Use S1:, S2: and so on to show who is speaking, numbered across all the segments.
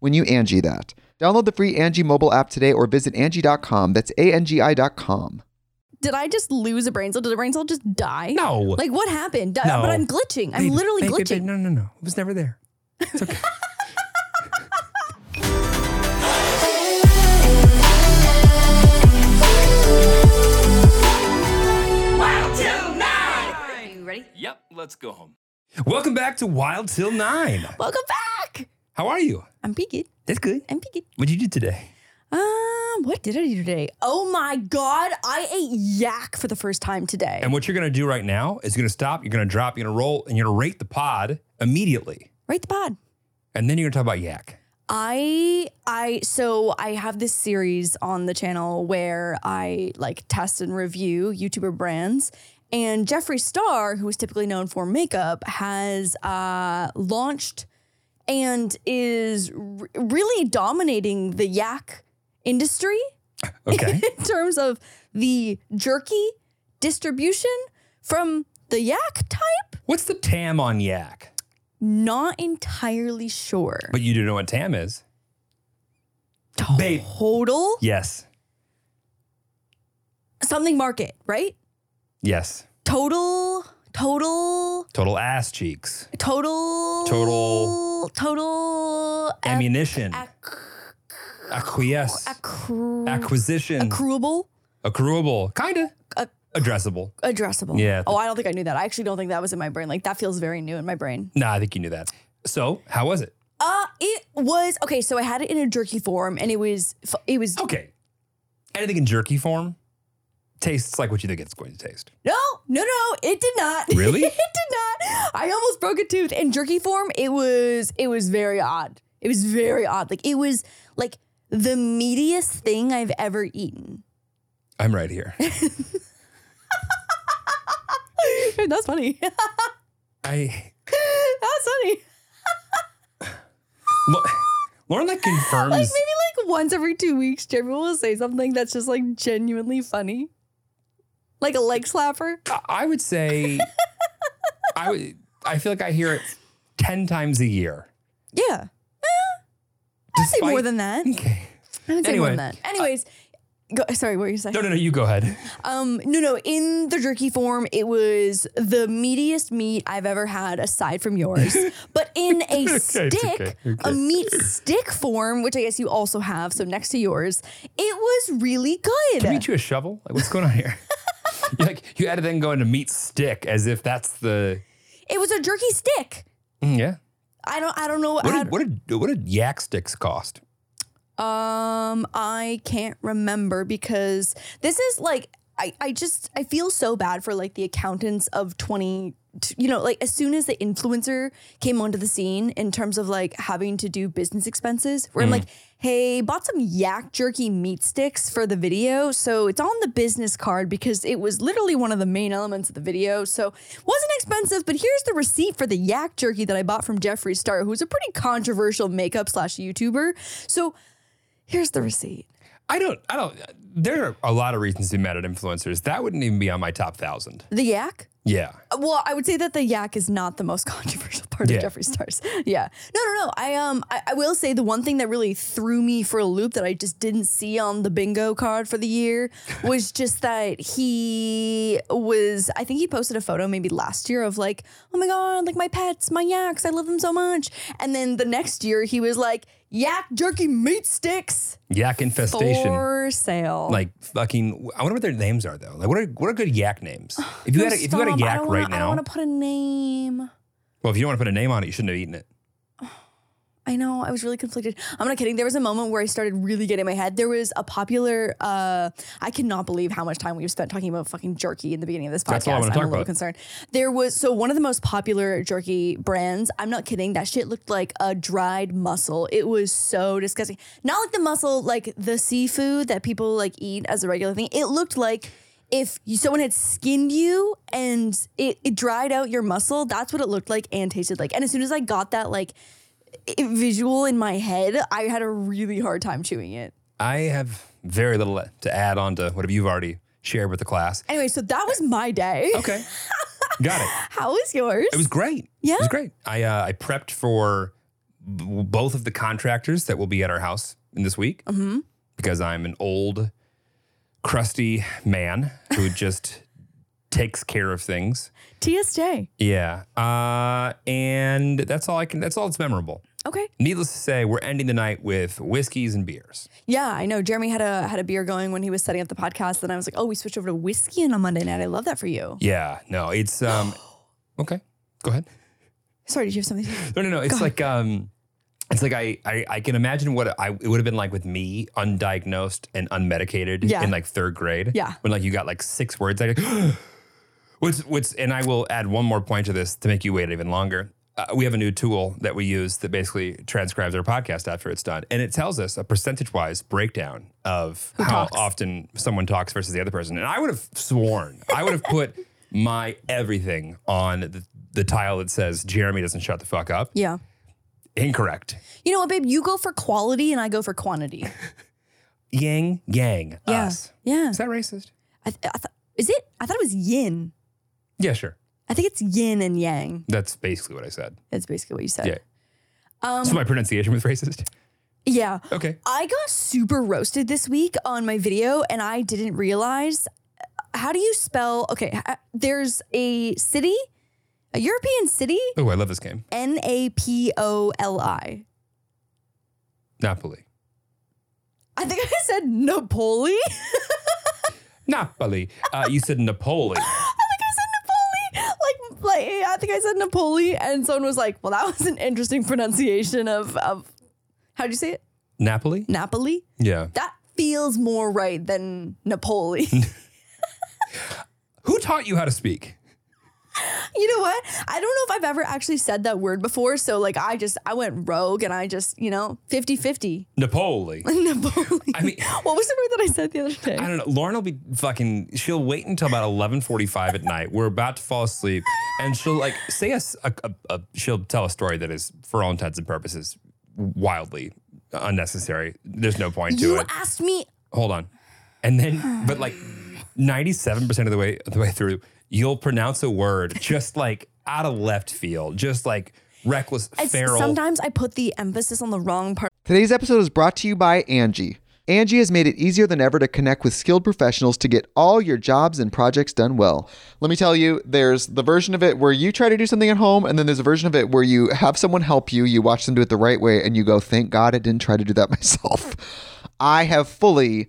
S1: when you Angie that. Download the free Angie mobile app today or visit Angie.com. That's A-N-G-I dot com.
S2: Did I just lose a brain cell? Did a brain cell just die?
S3: No.
S2: Like what happened? D-
S3: No.
S2: But I'm glitching. I'm
S3: Babe,
S2: literally
S3: babe, babe,
S2: glitching.
S3: babe, no, no, no. It was never there. It's okay.
S2: Are you ready?
S4: Yep, let's go home.
S3: Welcome back to Wild Till Nine.
S2: Welcome back.
S3: How are you?
S2: I'm peaked.
S3: That's good.
S2: I'm peaked.
S3: What'd you do today?
S2: Um, what did I do today? Oh my god, I ate yak for the first time today.
S3: And what you're going to do right now is you're going to stop, you're going to drop, you're going to roll, and you're going to rate the pod immediately.
S2: Right the pod.
S3: And then you're going to talk about yak.
S2: I I so I have this series on the channel where I like test and review YouTuber brands. And Jeffree Star, who is typically known for makeup, has uh, launched and is r- really dominating the yak industry
S3: Okay.
S2: in terms of the jerky distribution from the yak type.
S3: What's the TAM on yak?
S2: Not entirely sure.
S3: But you do know what TAM is. babe.
S2: Total
S3: Yes.
S2: something market, right?
S3: Yes.
S2: total total
S3: Total ass cheeks.
S2: total
S3: Total-
S2: total ac-
S3: Ammunition.
S2: ac-
S3: Acquiesce.
S2: accru-
S3: Acquisition.
S2: accruable
S3: Accruable. Kinda.
S2: Ac-
S3: Addressable.
S2: addressable
S3: Yeah.
S2: oh i don't think i knew that i actually don't think that was in my brain like that feels very new in my brain
S3: Nah, I think you knew that. So, how was it?
S2: uh it was okay so i had it in a jerky form and it was f- it was
S3: Okay. Anything in jerky form tastes like what you think it's going to taste.
S2: no no no it did not
S3: Really?
S2: it did not i almost broke a tooth in jerky form it was it was very odd it was very odd like it was like the meatiest thing i've ever eaten
S3: I'm right here.
S2: That's funny.
S3: I
S2: That's funny.
S3: Lo- Lauren that confirms
S2: Like once every two weeks, Jeremy will say something that's just like genuinely funny. Like a leg slapper.
S3: I- I would say I would I feel like I hear it 10 times a year.
S2: Yeah. I'd say more
S3: Despite-
S2: than that.
S3: Okay.
S2: I would say more than
S3: Anyway,
S2: that. Anyways, go, sorry, what were you saying?
S3: No, no, no, you go ahead.
S2: Um, no, no. In the jerky form, it was the meatiest meat I've ever had, aside from yours. but in a
S3: okay,
S2: stick,
S3: it's okay, okay.
S2: a meat stick form, which I guess you also have, so next to yours, it was really good.
S3: Can we get you a shovel? Like what's going on here? you like you had to then go into meat stick as if that's the
S2: it was a jerky stick.
S3: Mm, yeah.
S2: I don't. I don't know.
S3: What
S2: how-
S3: did, what did what did yak sticks cost?
S2: um, I can't remember because this is like I. I just I feel so bad for like the accountants of twenty. t- You know, like as soon as the influencer came onto the scene in terms of like having to do business expenses, where I'm like, hey, bought some yak jerky meat sticks for the video. So it's on the business card because it was literally one of the main elements of the video. So wasn't expensive, but here's the receipt for the yak jerky that I bought from Jeffree Star, who's a pretty controversial makeup slash YouTuber. So here's the receipt.
S3: I don't. I don't. There are a lot of reasons to be mad at influencers. That wouldn't even be on my top thousand.
S2: The yak?
S3: Yeah.
S2: Well, I would say that the yak is not the most controversial part
S3: Yeah.
S2: of Jeffree Star's. Yeah. No, no, no. I um I, I will say the one thing that really threw me for a loop that I just didn't see on the bingo card for the year was just that he was I think he posted a photo maybe last year of like, oh my god, like my pets, my yaks, I love them so much. And then the next year he was like, yak jerky meat sticks
S3: Yak infestation.
S2: for sale.
S3: like fucking. I wonder what their names are though. Like what are what are good yak names? If you
S2: No,
S3: got a, if you got a
S2: stop. I
S3: yak
S2: don't
S3: right
S2: wanna- I don't
S3: now,
S2: want to put a name.
S3: well, if you don't want to put a name on it, you shouldn't have eaten it.
S2: I know. I was really conflicted. I'm not kidding. There was a moment where I started really getting in my head. There was a popular. Uh, I cannot believe how much time we've spent talking about fucking jerky in the beginning of this podcast.
S3: That's all I wanna
S2: am
S3: talk
S2: a little
S3: about.
S2: concerned. There was so one of the most popular jerky brands. I'm not kidding. That shit looked like a dried mussel. It was so disgusting. Not like the mussel, like the seafood that people like eat as a regular thing. It looked like. If you, someone had skinned you and it, it dried out your muscle, that's what it looked like and tasted like. And as soon as I got that, like i- visual in my head, I had a really hard time chewing it.
S3: I have very little to add on to whatever you've already shared with the class.
S2: Anyway, so that was my day.
S3: Okay. got it.
S2: How was yours?
S3: It was great.
S2: Yeah?
S3: It was great. I uh, I prepped for b- both of the contractors that will be at our house in this week
S2: Mm-hmm.
S3: because I'm an old, crusty man who just takes care of things.
S2: TSJ.
S3: Yeah. Uh, and that's all I can, that's all that's memorable.
S2: Okay.
S3: Needless to say, we're ending the night with whiskeys and beers.
S2: Yeah, I know. Jeremy had a had a beer going when he was setting up the podcast, and I was like, "Oh, we switched over to whiskey on a Monday night. I love that for you."
S3: Yeah. No, it's, um, okay. Go ahead.
S2: Sorry, did you have something?
S3: No, no, no. It's like um, it's like I, I I can imagine what I it would have been like with me, undiagnosed and unmedicated
S2: Yeah.
S3: in like third grade.
S2: Yeah.
S3: when like you got like six words. I what's what's and I will add one more point to this to make you wait even longer. Uh, we have a new tool that we use that basically transcribes our podcast after it's done, and it tells us a percentage-wise breakdown of how
S2: talks.
S3: often someone talks versus the other person. And I would have sworn I would have put my everything on the, the tile that says Jeremy doesn't shut the fuck up.
S2: yeah.
S3: Incorrect.
S2: You know what, babe? You go for quality, and I go for quantity.
S3: Yang, yang,
S2: Yeah.
S3: us.
S2: Yeah.
S3: Is that racist?
S2: I, th- I thought is it? I thought it was yin.
S3: Yeah, sure.
S2: I think it's yin and yang.
S3: That's basically what I said.
S2: That's basically what you said.
S3: Yeah.
S2: Um,
S3: So my pronunciation was racist.
S2: yeah.
S3: Okay.
S2: I got super roasted this week on my video and I didn't realize uh, how do you spell okay h- there's a city a European city
S3: Oh, I love this game.
S2: N A P O L I
S3: Napoli.
S2: I think I said Napoli I think
S3: Napoli. Uh, you said Napoli.
S2: I said Napoli like like yeah, I think I said Napoli and someone was like well that was an interesting pronunciation of of how'd you say it
S3: Napoli?
S2: Napoli
S3: Yeah.
S2: that feels more right than Napoli
S3: Who taught you how to speak?
S2: You know what? I don't know if I've ever actually said that word before. So like I just I went rogue and I just, you know, 50-50.
S3: Napoli.
S2: Napoli.
S3: I mean-
S2: what was the word that I said the other day?
S3: I don't know. Lauren will be fucking. She'll wait until about eleven forty-five at night. We're about to fall asleep, and she'll like say us. A, a, a, she'll tell a story that is, for all intents and purposes, wildly unnecessary. There's no point to
S2: you
S3: it.
S2: asked me
S3: Hold on, and then, but like ninety-seven percent of the way the way through, you'll pronounce a word just like out of left field, just like reckless,
S2: it's-
S3: feral.
S2: sometimes I put the emphasis on the wrong part
S1: Today's episode is brought to you by Angie. Angie has made it easier than ever to connect with skilled professionals to get all your jobs and projects done well. Let me tell you, there's the version of it where you try to do something at home, and then there's a version of it where you have someone help you, you watch them do it the right way, and you go, thank God I didn't try to do that myself. I have fully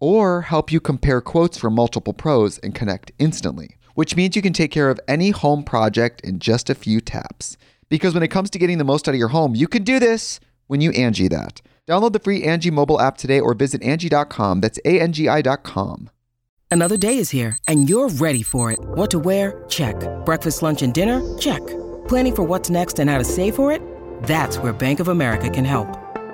S1: or help you compare quotes from multiple pros and connect instantly, which means you can take care of any home project in just a few taps. Because when it comes to getting the most out of your home, you can do this when you Angie that. Download the free Angie mobile app today or visit Angie.com. That's A N G I.com.
S4: Another day is here, and you're ready for it. What to wear? Check. Breakfast, lunch, and dinner? Check. Planning for what's next and how to save for it? That's where Bank of America can help.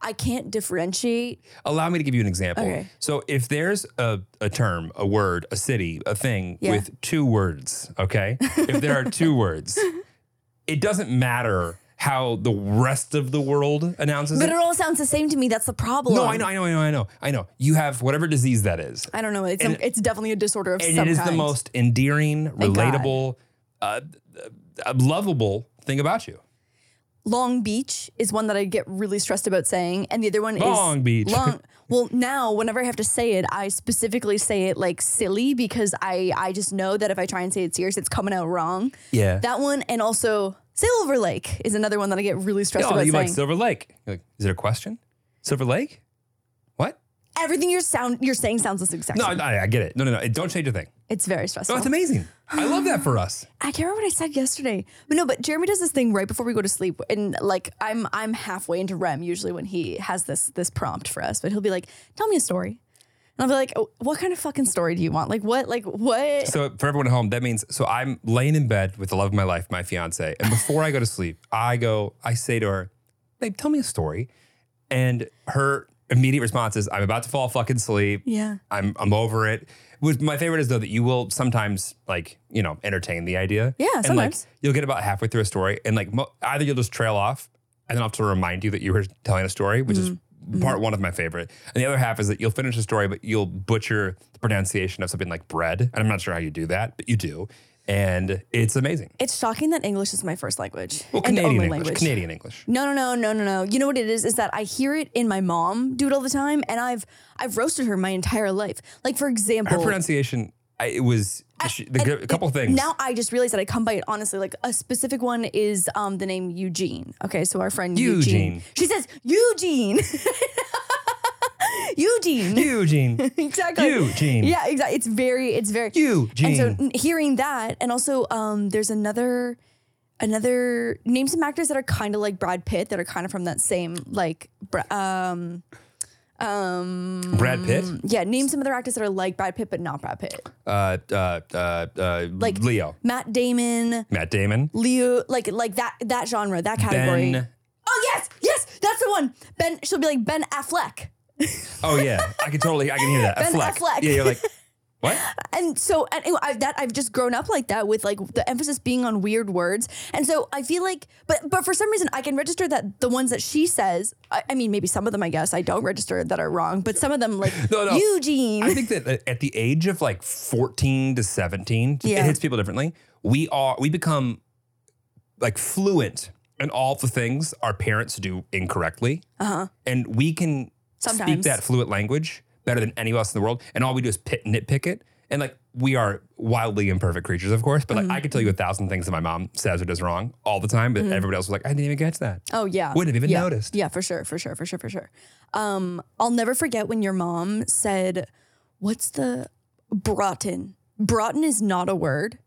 S2: I can't differentiate.
S3: Allow me to give you an example.
S2: Okay.
S3: So if there's a, a term, a word, a city, a thing
S2: Yeah.
S3: with two words, okay? if there are two words, it doesn't matter how the rest of the world announces
S2: But
S3: it.
S2: it all sounds the same to me. That's the problem.
S3: No, I know, I know, I know, I know, I know. You have whatever disease that is.
S2: I don't know. It's some,
S3: And-
S2: it's definitely a disorder of
S3: And
S2: some
S3: it is the
S2: kind.
S3: most endearing,
S2: Thank God.
S3: relatable, uh, uh, lovable thing about you.
S2: Long Beach is one that I get really stressed about saying, and the other one
S3: Long
S2: is
S3: Beach.
S2: Long. Well, now whenever I have to say it, I specifically say it like silly because I I just know that if I try and say it serious, it's coming out wrong.
S3: Yeah.
S2: That one, and also Silver Lake is another one that I get really stressed
S3: Oh,
S2: about
S3: you like
S2: saying.
S3: Silver Lake. You're like, is it a question? Silver Lake? What?
S2: Everything you're sound you're saying sounds the exact
S3: No,
S2: same.
S3: I, I get it. No, no, no. Don't change a thing.
S2: It's very
S3: No,
S2: stressful.
S3: it's amazing. I love that for us.
S2: I can't remember what I said yesterday. But no, but Jeremy does this thing right before we go to sleep. And like I'm I'm halfway into REM usually when he has this this prompt for us. But he'll be like, tell me a story. And I'll be like, oh, what kind of fucking story do you want? Like what? Like what?
S3: So for everyone at home, that means so I'm laying in bed with the love of my life, my fiance, and before I go to sleep, I go, I say to her, "Babe, tell me a story," and her immediate response is, "I'm about to fall fucking asleep.
S2: yeah.
S3: I'm I'm over it." Which my favorite is though that you will sometimes like you know entertain the idea.
S2: Yeah,
S3: and
S2: sometimes.
S3: like you'll get about halfway through a story, and like mo- either you'll just trail off, and then I'll have to remind you that you were telling a story, which
S2: Mm-hmm.
S3: is part one of my favorite. And the other half is that you'll finish a story, but you'll butcher the pronunciation of something like bread, and I'm not sure how you do that, but you do, and it's amazing.
S2: It's shocking that English is my first language.
S3: Well,
S2: and
S3: Canadian
S2: only
S3: English,
S2: language.
S3: Canadian English.
S2: No, no, no, no, no, no. You know what it is? Is that I hear it in my mom do it all the time, and I've I've roasted her my entire life. Like for
S3: Her
S2: example,
S3: pronunciation, I, it was she, the, a couple things.
S2: Now I just realized that I come by it honestly. Like a specific one is um the name Eugene. Okay, so our friend Eugene.
S3: Eugene.
S2: She says Eugene. Eugene.
S3: Eugene,
S2: exactly.
S3: Eugene,
S2: Yeah, exactly. It's very, it's very
S3: Eugene.
S2: And so n- hearing that, and also um there's another another name some actors that are kind of like Brad Pitt that are kind of from that same like Bra- um um
S3: Brad Pitt.
S2: yeah, name some other actors that are like Brad Pitt but not Brad Pitt.
S3: uh, uh, uh, uh,
S2: Like-
S3: Leo,
S2: Matt Damon,
S3: Matt Damon,
S2: Leo, like like that that genre, that category.
S3: Ben.
S2: Oh yes, yes, that's the one. Ben, she'll be like Ben Affleck,
S3: Oh yeah, I can totally, I can hear that.
S2: Ben Affleck.
S3: Yeah, you're like, what?
S2: and so and anyway, I, that I've just grown up like that with like the emphasis being on weird words, and so I feel like, but but for some reason I can register that the ones that she says, I, I mean maybe some of them I guess I don't register that are wrong, but some of them like
S3: No, no.
S2: Eugene,
S3: I think that uh, at the age of like 14 to 17,
S2: Yeah.
S3: it hits people differently. We are we become like fluent in all the things our parents do incorrectly,
S2: uh huh,
S3: and we can speak
S2: Sometimes.
S3: that fluent language better than anyone else in the world. And all we do is pit, nitpick it. And like we are wildly imperfect creatures, of course, but like I could tell you a
S2: Mm-hmm.
S3: thousand things that my mom says or does wrong all the time, but everybody else was like, I didn't even catch that.
S2: oh yeah,
S3: Wouldn't have even
S2: yeah.
S3: noticed.
S2: Yeah, for sure, for sure, for sure, for sure. Um, I'll never forget when your mom said, "What's the Broughton? Broughton is not a word.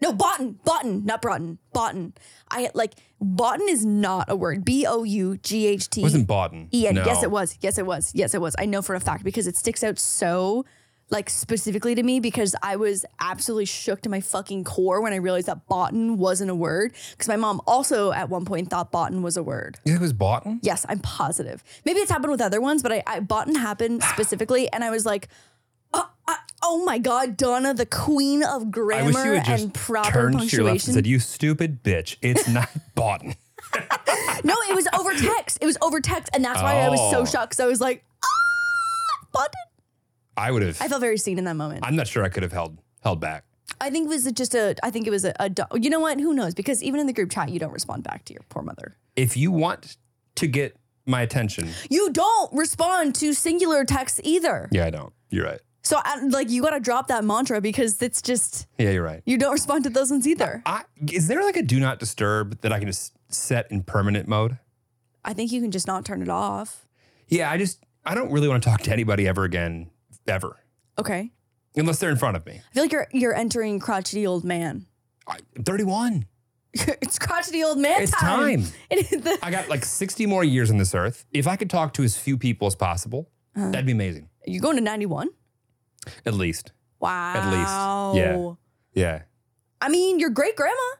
S2: No, Boughton, Boughton, not Broughton, Boughton. I like Boughton is not a word. B O U G H T. E
S3: It wasn't Bauden.
S2: Ian.
S3: No.
S2: Yes, it was. Yes, it was. Yes, it was. I know for a fact because it sticks out so like specifically to me because I was absolutely shook to my fucking core when I realized that Boughton wasn't a word because my mom also at one point thought Boughton was a word.
S3: You think it was Bauden?
S2: Yes, I'm positive. Maybe it's happened with other ones, but I, I Botan happened specifically, and I was like, oh, I- oh my god, Donna, the queen of
S3: I wish
S2: grammar
S3: you had just
S2: and proper
S3: turned to your left and
S2: punctuation.
S3: said, "You stupid bitch! It's not Bauden."
S2: No, it was over text. It was over text, and that's why I was so
S3: Oh.
S2: shocked because I was like, ah, bonded.
S3: I would have.
S2: I felt very seen in that moment.
S3: I'm not sure I could have held held back.
S2: I think it was just a. I think it was a, a. du- You know what? Who knows? Because even in the group chat, you don't respond back to your poor mother.
S3: If you want to get my attention,
S2: You don't respond to singular texts either.
S3: yeah, I don't. You're right.
S2: So, I, like, you got to drop that mantra because it's just
S3: Yeah, you're right.
S2: you don't respond to those ones either.
S3: I, is there like a do not disturb that I can just set in permanent mode?
S2: I think you can just not turn it off.
S3: Yeah, I just I don't really want to talk to anybody ever again, ever,
S2: Okay.
S3: unless they're in front of me.
S2: I feel like you're you're entering crotchety old man.
S3: I, I'm 31.
S2: it's crotchety old man
S3: It's
S2: time.
S3: time.
S2: It is the-
S3: I got like 60 more years on this earth. If I could talk to as few people as possible,
S2: Uh-huh.
S3: that'd be amazing.
S2: you're going to 91?
S3: At least.
S2: Wow.
S3: least. Yeah. Yeah.
S2: I mean, your great grandma.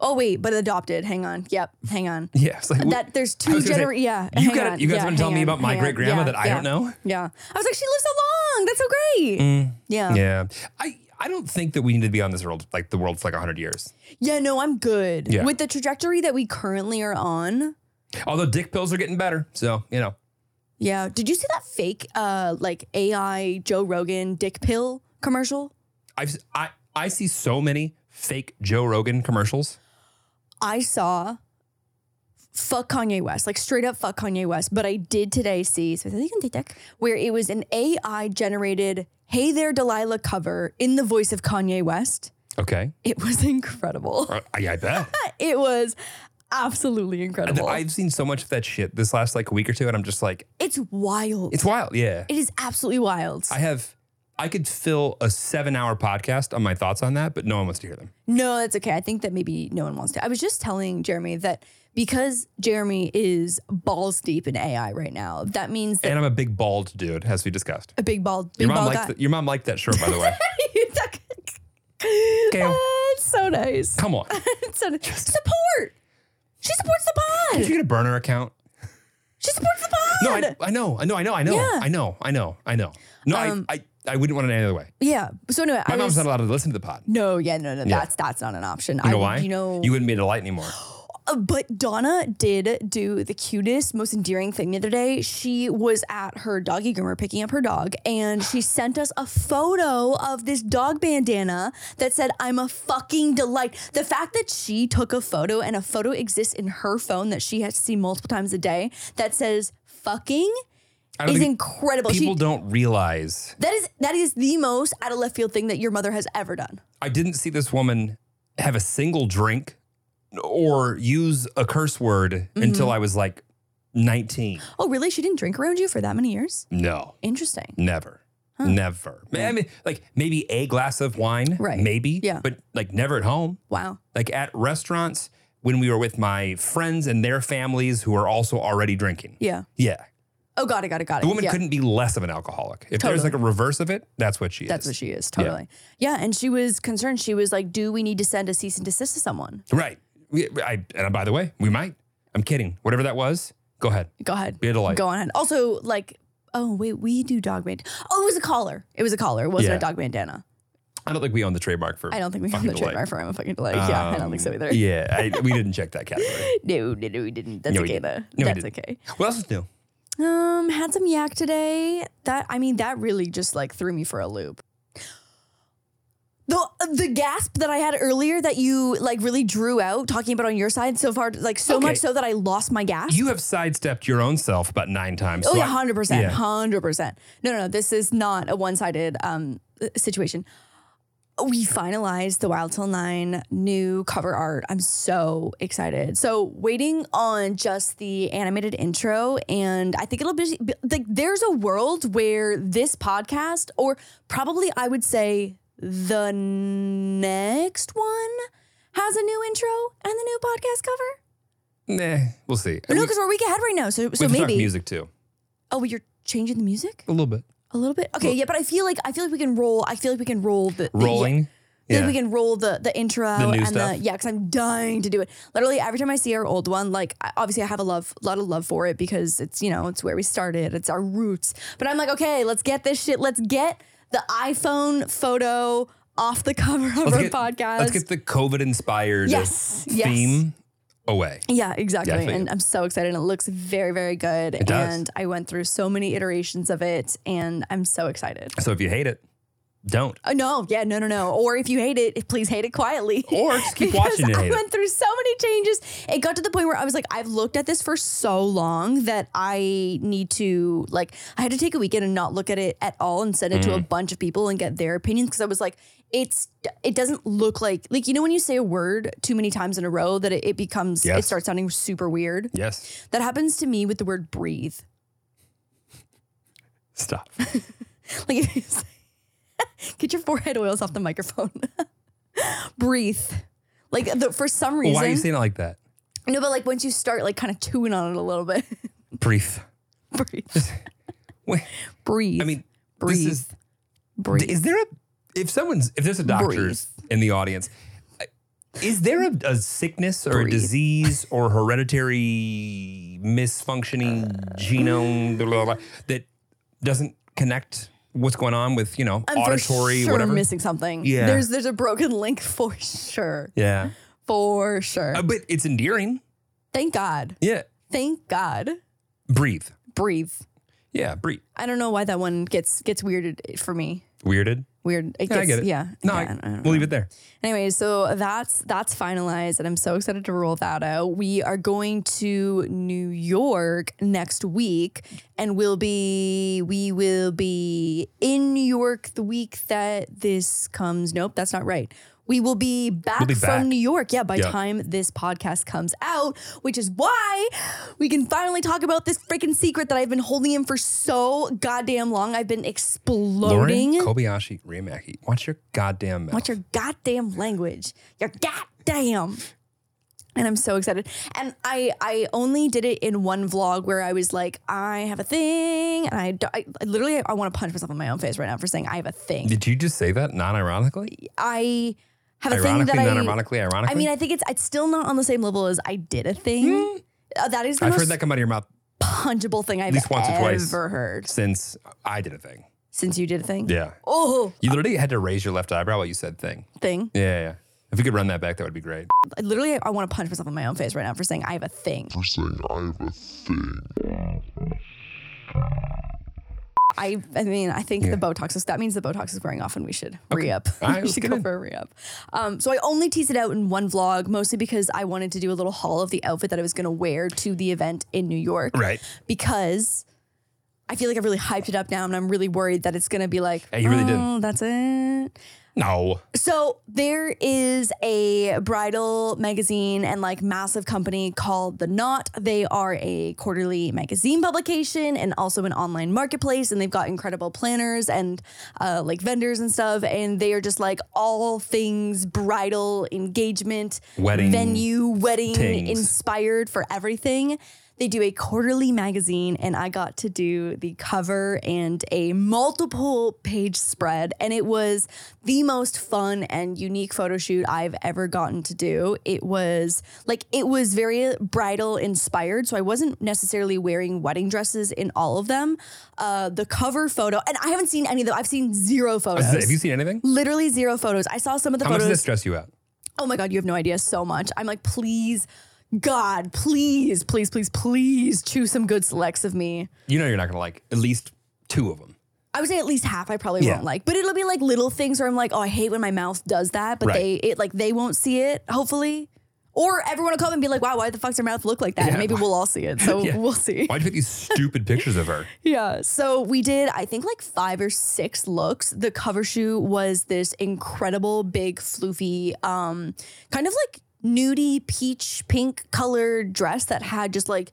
S2: Oh wait, but adopted. Hang on. Yep. Hang on.
S3: Yeah. It's like, wh-
S2: That there's
S3: I
S2: two
S3: was gonna say,
S2: generations. Yeah.
S3: you
S2: hang
S3: got
S2: on.
S3: you guys
S2: yeah,
S3: been telling
S2: hang
S3: me
S2: on,
S3: about my
S2: hang on.
S3: great grandma
S2: Yeah,
S3: that I
S2: yeah,
S3: don't know. Mm-hmm.
S2: Yeah. I was like, she lives so long. That's so great. Yeah. yeah.
S3: Yeah. I, I don't think that we need to be on this world like the world for like 100 years.
S2: No, I'm good
S3: Yeah.
S2: with the trajectory that we currently are on.
S3: Although dick pills are getting better. So, you know,
S2: Yeah. Did you see that fake, uh, like AI Joe Rogan dick pill commercial?
S3: I've, I, I see so many fake Joe Rogan commercials.
S2: I saw fuck Kanye West, like straight up fuck Kanye West. But I did today see so you can take that, where it was an AI generated "Hey There Delilah" cover in the voice of Kanye West.
S3: Okay.
S2: It was incredible.
S3: Uh, I, I bet.
S2: It was absolutely
S3: And
S2: incredible.
S3: I've seen so much of that shit this last like week or two, and I'm just like,
S2: it's wild.
S3: it's wild. Yeah.
S2: It is absolutely wild.
S3: I have, I could fill a seven hour podcast on my thoughts on that, but no one wants to hear them.
S2: No, that's okay. I think that maybe no one wants to. I was just telling Jeremy that because Jeremy is balls deep in AI right now, that means that
S3: And I'm a big bald dude, as we discussed.
S2: a big bald, big
S3: Your mom
S2: bald
S3: liked
S2: guy.
S3: th- your mom liked that shirt, by the way. Gail.
S2: That's so nice.
S3: Come on.
S2: It's so nice. Support. She supports the
S3: Did you
S2: pod.
S3: get a burner account?
S2: She supports the
S3: No,
S2: pod.
S3: I, I know, I know, I know, I know,
S2: Yeah.
S3: I know, I know, I know. No, I, I, I wouldn't want it any other way.
S2: yeah. So anyway,
S3: My
S2: I
S3: mom's
S2: was,
S3: not allowed to listen to the pod. You
S2: no, yeah, no, no.
S3: Yeah.
S2: That's that's not an option.
S3: know
S2: I,
S3: why?
S2: You know,
S3: you wouldn't be a delight anymore.
S2: Uh, but Donna did do the cutest, most endearing thing the other day. She was at her doggy groomer picking up her dog, and she sent us a photo of this dog bandana that said, I'm a fucking delight. The fact that she took a photo and a photo exists in her phone that she has to see multiple times a day that says, fucking
S3: I don't
S2: is
S3: think
S2: incredible. She,
S3: people don't realize.
S2: that is that is the most out of left field thing that your mother has ever done.
S3: I didn't see this woman have a single drink or use a curse word until
S2: Mm-hmm.
S3: I was like 19.
S2: Oh, really? She didn't drink around you for that many years?
S3: No,
S2: Interesting.
S3: never.
S2: Huh.
S3: Never. I mean, like maybe a glass of wine,
S2: Right.
S3: Maybe,
S2: Yeah.
S3: But like never at home.
S2: Wow.
S3: like at restaurants when we were with my friends and their families who are also already drinking.
S2: Yeah.
S3: Yeah.
S2: Oh, got it, got it, got it.
S3: The woman
S2: yeah.
S3: couldn't be less of an alcoholic. If
S2: Totally.
S3: there's like a reverse of it, that's what she
S2: That's what
S3: is.
S2: she is, totally. Yeah. And she was concerned. She was like, Do we need to send a cease and desist to someone?
S3: right. We, I, and uh, by the way, we might. I'm kidding. Whatever that was, go ahead.
S2: Go ahead.
S3: Be a delight.
S2: Go on ahead. Also, like, oh, wait, we do dog bandana. Oh, it was a collar. It was a collar. It wasn't
S3: Yeah.
S2: a dog bandana.
S3: I don't think we own the trademark for.
S2: I don't think we have
S3: fucking
S2: the
S3: delight.
S2: trademark for I'm a fucking delight. yeah, I don't think so
S3: Um,
S2: either.
S3: Yeah, I, we didn't check that category.
S2: No, no, no, we didn't. That's
S3: No, we
S2: okay, though.
S3: didn't. No, we
S2: That's
S3: didn't.
S2: okay.
S3: What else is new?
S2: Um, had some yak today. That I mean, that really just like threw me for a loop. The the gasp that I had earlier that you like really drew out talking about on your side so far, like so
S3: Okay.
S2: much so that I lost my gasp.
S3: You have sidestepped your own self about nine times.
S2: Oh
S3: so
S2: yeah,
S3: I-
S2: hundred percent,
S3: yeah.
S2: hundred percent. No, no, no. This is not a one-sided um uh, situation. We finalized the Wild Till Nine new cover art. I'm so excited. So waiting on just the animated intro, and I think it'll be be- like there's a world where this podcast, or probably I would say the next one, has a new intro and the new podcast cover.
S3: Nah, we'll see.
S2: No,
S3: we,
S2: because we're a week ahead right now, so so
S3: we have to talk
S2: maybe.
S3: music too.
S2: Oh, you're changing the music.
S3: A little bit.
S2: A little bit. Okay, yeah, but I feel like I feel like we can roll. I feel like we can roll the, the
S3: Rolling.
S2: Yeah, I feel like we can roll the the intro
S3: The new
S2: and
S3: stuff?
S2: the yeah, because I'm dying to do it. Literally every time I see our old one, like I- obviously I have a love, lot of love for it because it's you know it's where we started, it's our roots. But I'm like, okay, let's get this shit. Let's get the iPhone photo off the cover of our podcast.
S3: Let's get the COVID inspired
S2: Yes, yes.
S3: theme away.
S2: Yeah, exactly.
S3: feel you.
S2: and I'm so excited. It looks very, very good.
S3: It does.
S2: And I went through so many iterations of it and I'm so excited.
S3: So if you hate it, don't.
S2: Oh, no, yeah, no, no, no. Or if you hate it, please hate it quietly.
S3: Or just keep
S2: Because
S3: watching it and
S2: I
S3: hate it.
S2: went through so many changes. It got to the point where I was like, I've looked at this for so long that I need to like I had to take a weekend and not look at it at all and send it
S3: Mm-hmm.
S2: to a bunch of people and get their opinions because I was like, it's it doesn't look like like you know when you say a word too many times in a row that it, it becomes it
S3: Yes.
S2: starts sounding super weird.
S3: Yes.
S2: That happens to me with the word breathe.
S3: Stop.
S2: Like if you say- get your forehead oils off the microphone. breathe. Like the, for some reason,
S3: Why are you saying it like that?
S2: No, but like once you start like kind of chewing on it a little bit,
S3: Brief.
S2: breathe,
S3: Wait,
S2: breathe.
S3: I mean,
S2: breathe,
S3: this is
S2: breathe.
S3: Is there a if someone's if there's a doctor's in the audience, is there a, a sickness or a
S2: Breathe.
S3: disease or hereditary misfunctioning genome blah, blah, blah, that doesn't connect what's going on with you know
S2: I'm
S3: auditory
S2: for sure
S3: whatever?
S2: missing something.
S3: Yeah.
S2: there's there's a broken link for sure,
S3: yeah,
S2: for sure.
S3: Uh, but it's endearing.
S2: Thank God,
S3: Yeah,
S2: thank God.
S3: breathe.
S2: Breathe.
S3: Yeah, breathe.
S2: I don't know why that one gets gets weirded for me.
S3: Weirded.
S2: Weird.
S3: Yeah,
S2: It gets,
S3: I get it.
S2: Yeah.
S3: No,
S2: yeah,
S3: I-
S2: don't- don't
S3: we'll
S2: know.
S3: leave it there.
S2: Anyway, so that's that's finalized, and I'm so excited to roll that out. We are going to New York next week, and we'll be we will be in New York the week that this comes. Nope, that's not right. We will be back,
S3: be back.
S2: from New York, yeah, by
S3: Yeah.
S2: time this podcast comes out, which is why we can finally talk about this freaking secret that I've been holding in for so goddamn long. I've been exploding.
S3: Lauren Kobayashi Riamaki. Watch your goddamn mouth.
S2: What's your goddamn language? Your goddamn. And I'm so excited. And I I only did it in one vlog where I was like, I have a thing, and I, do- I, I literally I want to punch myself in my own face right now for saying I have a thing.
S3: Did you just say that non-ironically?
S2: I have a thing
S3: Ironically,
S2: that I.
S3: non-ironically, ironically.
S2: I mean, I think it's it's still not on the same level as I did a thing. Uh, that is
S3: Hmm.
S2: the
S3: I've
S2: most
S3: heard that come out of your mouth
S2: punchable thing I've
S3: least once or
S2: ever
S3: twice.
S2: heard
S3: since I did a thing.
S2: since you did a thing.
S3: Yeah.
S2: Oh,
S3: You literally had to raise your left eyebrow while you said thing.
S2: thing.
S3: Yeah, yeah, yeah. If we could run that back, that would be great.
S2: I literally I want to punch myself in my own face right now for saying I have a thing.
S5: for saying I have a thing.
S2: I I mean, I think the Botox is that means the Botox is wearing off and we should re up.
S3: I
S2: we
S3: was
S2: should go
S3: good.
S2: for a re up. Um, so I only teased it out in one vlog, mostly because I wanted to do a little haul of the outfit that I was going to wear to the event in New York.
S3: Right.
S2: Because I feel like I've really hyped it up now and I'm really worried that it's going to be like,
S3: Yeah, you really did.
S2: oh, that's it.
S3: No.
S2: So there is a bridal magazine and like massive company called The Knot. They are a quarterly magazine publication and also an online marketplace, and they've got incredible planners and uh, like vendors and stuff. And they are just like all things bridal engagement,
S3: Wedding
S2: venue, wedding
S3: tings.
S2: inspired for everything. They do a quarterly magazine, and I got to do the cover and a multiple page spread. And it was the most fun and unique photo shoot I've ever gotten to do. It was like, it was very bridal inspired. So I wasn't necessarily wearing wedding dresses in all of them. Uh, the cover photo, and I haven't seen any of them, I've seen zero photos.
S3: Have you seen anything?
S2: Literally zero photos. I saw some of the
S3: How much
S2: photos
S3: does this stress you out?
S2: oh my god you have no idea so much i'm like please god please please please please choose some good selects of me
S3: You know you're not going to like at least two of them.
S2: i would say at least half i probably
S3: Yeah.
S2: won't like but it'll be like little things where i'm like oh i hate when my mouth does that but
S3: Right.
S2: they it like they won't see it hopefully or everyone will come and be like wow why the fuck's her mouth look like that
S3: Yeah.
S2: and maybe we'll all see it so
S3: Yeah.
S2: we'll see
S3: Why'd you take these stupid pictures of her?
S2: Yeah. So we did, I think, like five or six looks. The cover shoot was this incredible, big, floofy, um, kind of like nudie peach pink colored dress that had just like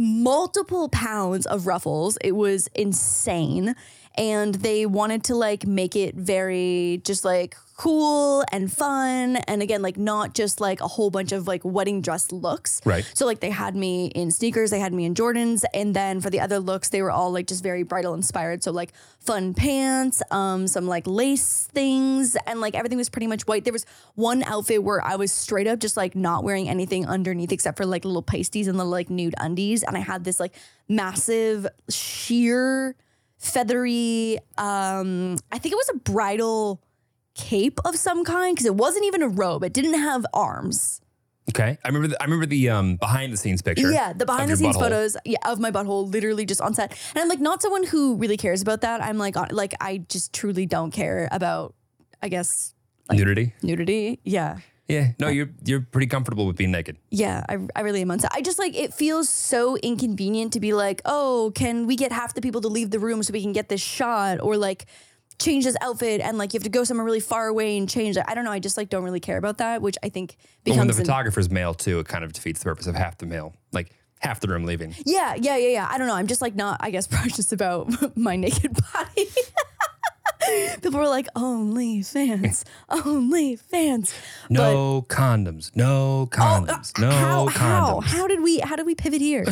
S2: multiple pounds of ruffles. It was insane. And they wanted to like make it very just like cool and fun. And again, like not just like a whole bunch of like wedding dress looks.
S3: Right.
S2: So like they had me in sneakers, they had me in Jordans, and then for the other looks, they were all like just very bridal inspired. So like fun pants, um, some like lace things, and like everything was pretty much white. There was one outfit where I was straight up just like not wearing anything underneath except for like little pasties and the like nude undies, and I had this like massive sheer feathery um i think it was a bridal cape of some kind because it wasn't even a robe it didn't have arms
S3: Okay, I remember. The, I remember the um, behind the scenes picture.
S2: Yeah, the
S3: of
S2: behind the
S3: your
S2: scenes
S3: butthole.
S2: photos yeah, of my butthole literally just on set. And I'm like not someone who really cares about that. I'm like on, like I just truly don't care about I guess
S3: Nudity.
S2: nudity. Yeah.
S3: Yeah. No, you're you're pretty comfortable with being naked.
S2: Yeah, I, I really am on set. I just like it feels so inconvenient to be like, oh, can we get half the people to leave the room so we can get this shot or like change this outfit and like you have to go somewhere really far away and change. I don't know. I just like don't really care about that, which I think
S3: But when the
S2: becomes an-
S3: photographer's male too, it kind of defeats the purpose of half the male, like half the room leaving.
S2: yeah, yeah, yeah, yeah. I don't know. I'm just like not, I guess, precious about my naked body. People were like, only fans, only fans.
S3: No condoms. No condoms. no
S2: Oh, uh, how, how,
S3: condoms.
S2: how did we, how did we pivot here?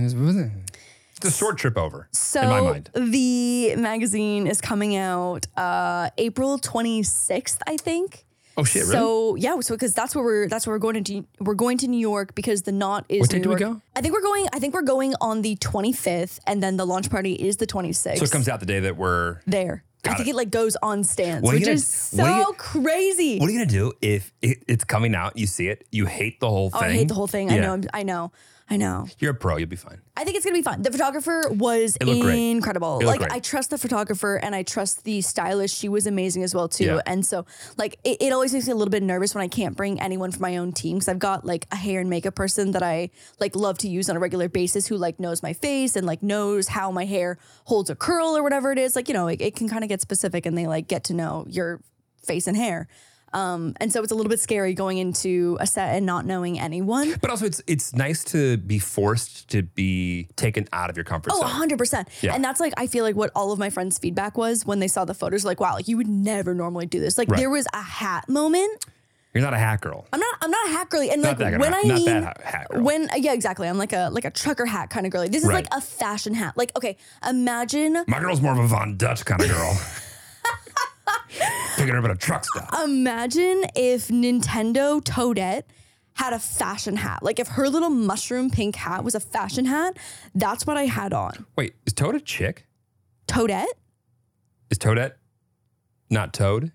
S3: It's a short trip over.
S2: So
S3: in my mind,
S2: the magazine is coming out uh, April 26th, I think.
S3: oh shit, really?
S2: So yeah, so because that's where we're that's where we're going to we're going to New York because the knot is.
S3: What day
S2: New
S3: do we
S2: York.
S3: go?
S2: I think we're going. I think we're going on the 25th, and then the launch party is the 26th.
S3: so it comes out the day that we're.
S2: there. I think it. like goes on stands,
S3: What are you
S2: which
S3: gonna-
S2: is so
S3: what are you-
S2: crazy.
S3: What are you gonna do if it, it's coming out? You see it, you hate the whole
S2: oh,
S3: thing.
S2: I hate the whole thing. I
S3: Yeah.
S2: know. I'm, I know. I know.
S3: You're a pro. You'll be fine.
S2: I think it's gonna be fun. The photographer was
S3: looked great.
S2: incredible.
S3: It looked
S2: Like
S3: great.
S2: I trust the photographer and I trust the stylist. She was amazing as well too.
S3: Yeah.
S2: And so like it, it always makes me a little bit nervous when I can't bring anyone from my own team because I've got like a hair and makeup person that I like love to use on a regular basis who like knows my face and like knows how my hair holds a curl or whatever it is. Like you know it, it can kind of get specific and they like get to know your face and hair. Um, and so it's a little bit scary going into a set and not knowing anyone.
S3: But also, it's it's nice to be forced to be taken out of your comfort
S2: Oh,
S3: zone.
S2: 100%.
S3: Yeah.
S2: And that's like, I feel like what all of my friends' feedback was when they saw the photos, like, wow, like you would never normally do this. Like,
S3: Right.
S2: there was a hat moment.
S3: You're not a hat girl.
S2: I'm not, I'm not a hat girly. And
S3: Not that
S2: like,
S3: kind of
S2: when
S3: hat-
S2: I
S3: not
S2: mean,
S3: that ha- hat girl.
S2: when, yeah, exactly. I'm like a, like a trucker hat kind of girly. This is
S3: Right.
S2: like a fashion hat. Like, okay, imagine,
S3: My girl's more of a Von Dutch kind of girl. Picking her up at a truck stop.
S2: imagine if Nintendo Toadette had a fashion hat. Like, if her little mushroom pink hat was a fashion hat, that's what I had on.
S3: Wait, is Toad a chick?
S2: Toadette?
S3: Is Toadette not Toad?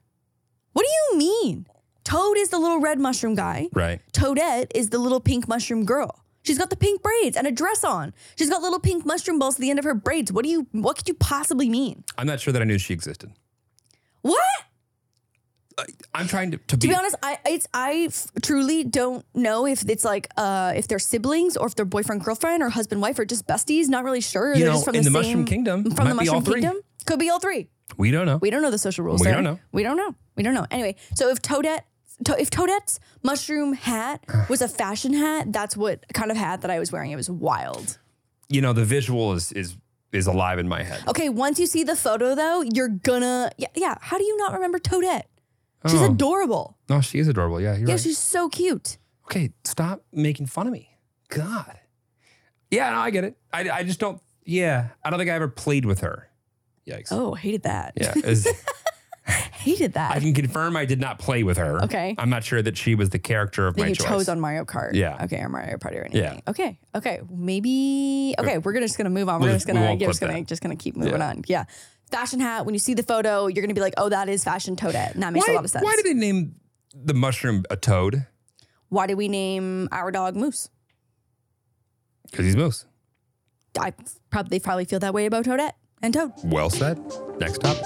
S2: What do you mean? Toad is the little red mushroom guy.
S3: Right.
S2: Toadette is the little pink mushroom girl. She's got the pink braids and a dress on. She's got little pink mushroom balls at the end of her braids. What do you what could you possibly mean?
S3: I'm not sure that I knew she existed.
S2: What?
S3: I'm trying to, to,
S2: To be honest, I it's I f- truly don't know if it's like uh if they're siblings or if they're boyfriend girlfriend or husband wife or just besties, not really sure.
S3: You
S2: They're
S3: know,
S2: just from
S3: in
S2: the,
S3: the
S2: same,
S3: Mushroom Kingdom,
S2: From the
S3: might be all
S2: Mushroom
S3: three.
S2: Kingdom? Could be all three.
S3: We don't know.
S2: We don't know the social rules.
S3: We
S2: there.
S3: don't know.
S2: We don't know. We don't know. Anyway, so if Toadette, to, if Toadette's mushroom hat was a fashion hat, that's what kind of hat that I was wearing. It was wild.
S3: you know, the visual is is is alive in my head.
S2: Okay, once you see the photo though, you're gonna yeah. yeah. How do you not remember Toadette? She's
S3: Oh.
S2: adorable.
S3: No, she is adorable. Yeah, you're
S2: Yeah,
S3: right.
S2: she's so cute.
S3: okay, stop making fun of me. God. Yeah, no, I get it. I, I just don't. Yeah, I don't think I ever played with her. Yikes.
S2: Oh, hated that.
S3: Yeah, it's-
S2: hated that.
S3: I can confirm I did not play with her.
S2: Okay.
S3: I'm not sure that she was the character of
S2: that
S3: my
S2: you
S3: choice.
S2: chose on Mario Kart.
S3: Yeah.
S2: Okay, or Mario Party or anything.
S3: Yeah.
S2: Okay. Okay. Maybe. Okay. We're gonna just gonna move on. We're
S3: We'll just-
S2: just
S3: we
S2: gonna
S3: won't
S2: yeah, just
S3: clip
S2: gonna
S3: that.
S2: just gonna keep moving
S3: Yeah.
S2: on. Yeah. Fashion hat. When you see the photo, you're gonna be like, oh, that is fashion toadette, and that makes
S3: why,
S2: a lot of sense.
S3: why did they name the mushroom a toad?
S2: Why did we name our dog Moose?
S3: Because he's moose.
S2: I probably they probably feel that way about Toadette and Toad.
S3: Well said. Next topic.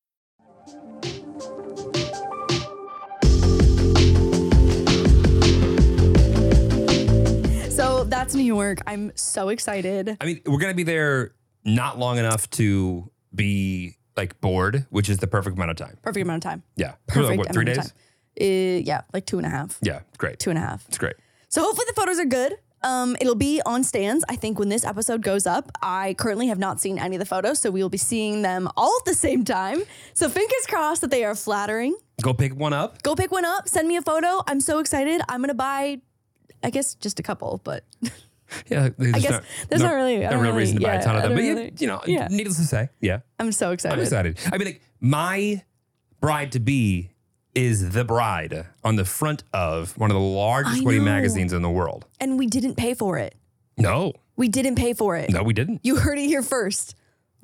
S2: So that's New York. I'm so excited.
S3: I mean, we're gonna be there not long enough to be like bored, which is the perfect amount of time.
S2: Perfect amount of time.
S3: Yeah,
S2: Perfect
S3: what, three
S2: amount
S3: days?
S2: of time. Uh, yeah, like two and a half.
S3: Yeah, great.
S2: Two and a half.
S3: It's great.
S2: So hopefully the photos are good. Um, it'll be on stands. I think when this episode goes up, I currently have not seen any of the photos, so we will be seeing them all at the same time. So fingers crossed that they are flattering.
S3: Go pick one up.
S2: Go pick one up. Send me a photo. I'm so excited. I'm gonna buy. I guess just a couple, but
S3: Yeah, there's
S2: guess there's not really- I
S3: no
S2: don't
S3: real
S2: really-
S3: reason to buy
S2: yeah,
S3: a ton of
S2: I
S3: them. But
S2: don't
S3: you-
S2: really-
S3: you know,
S2: yeah.
S3: needless to say, yeah,
S2: I'm so excited.
S3: I'm excited. I mean, like my bride to be is the bride on the front of one of the largest
S2: I
S3: wedding
S2: know.
S3: magazines in the world.
S2: And we didn't pay for it.
S3: No,
S2: We didn't pay for it.
S3: no, we didn't.
S2: You heard it here first.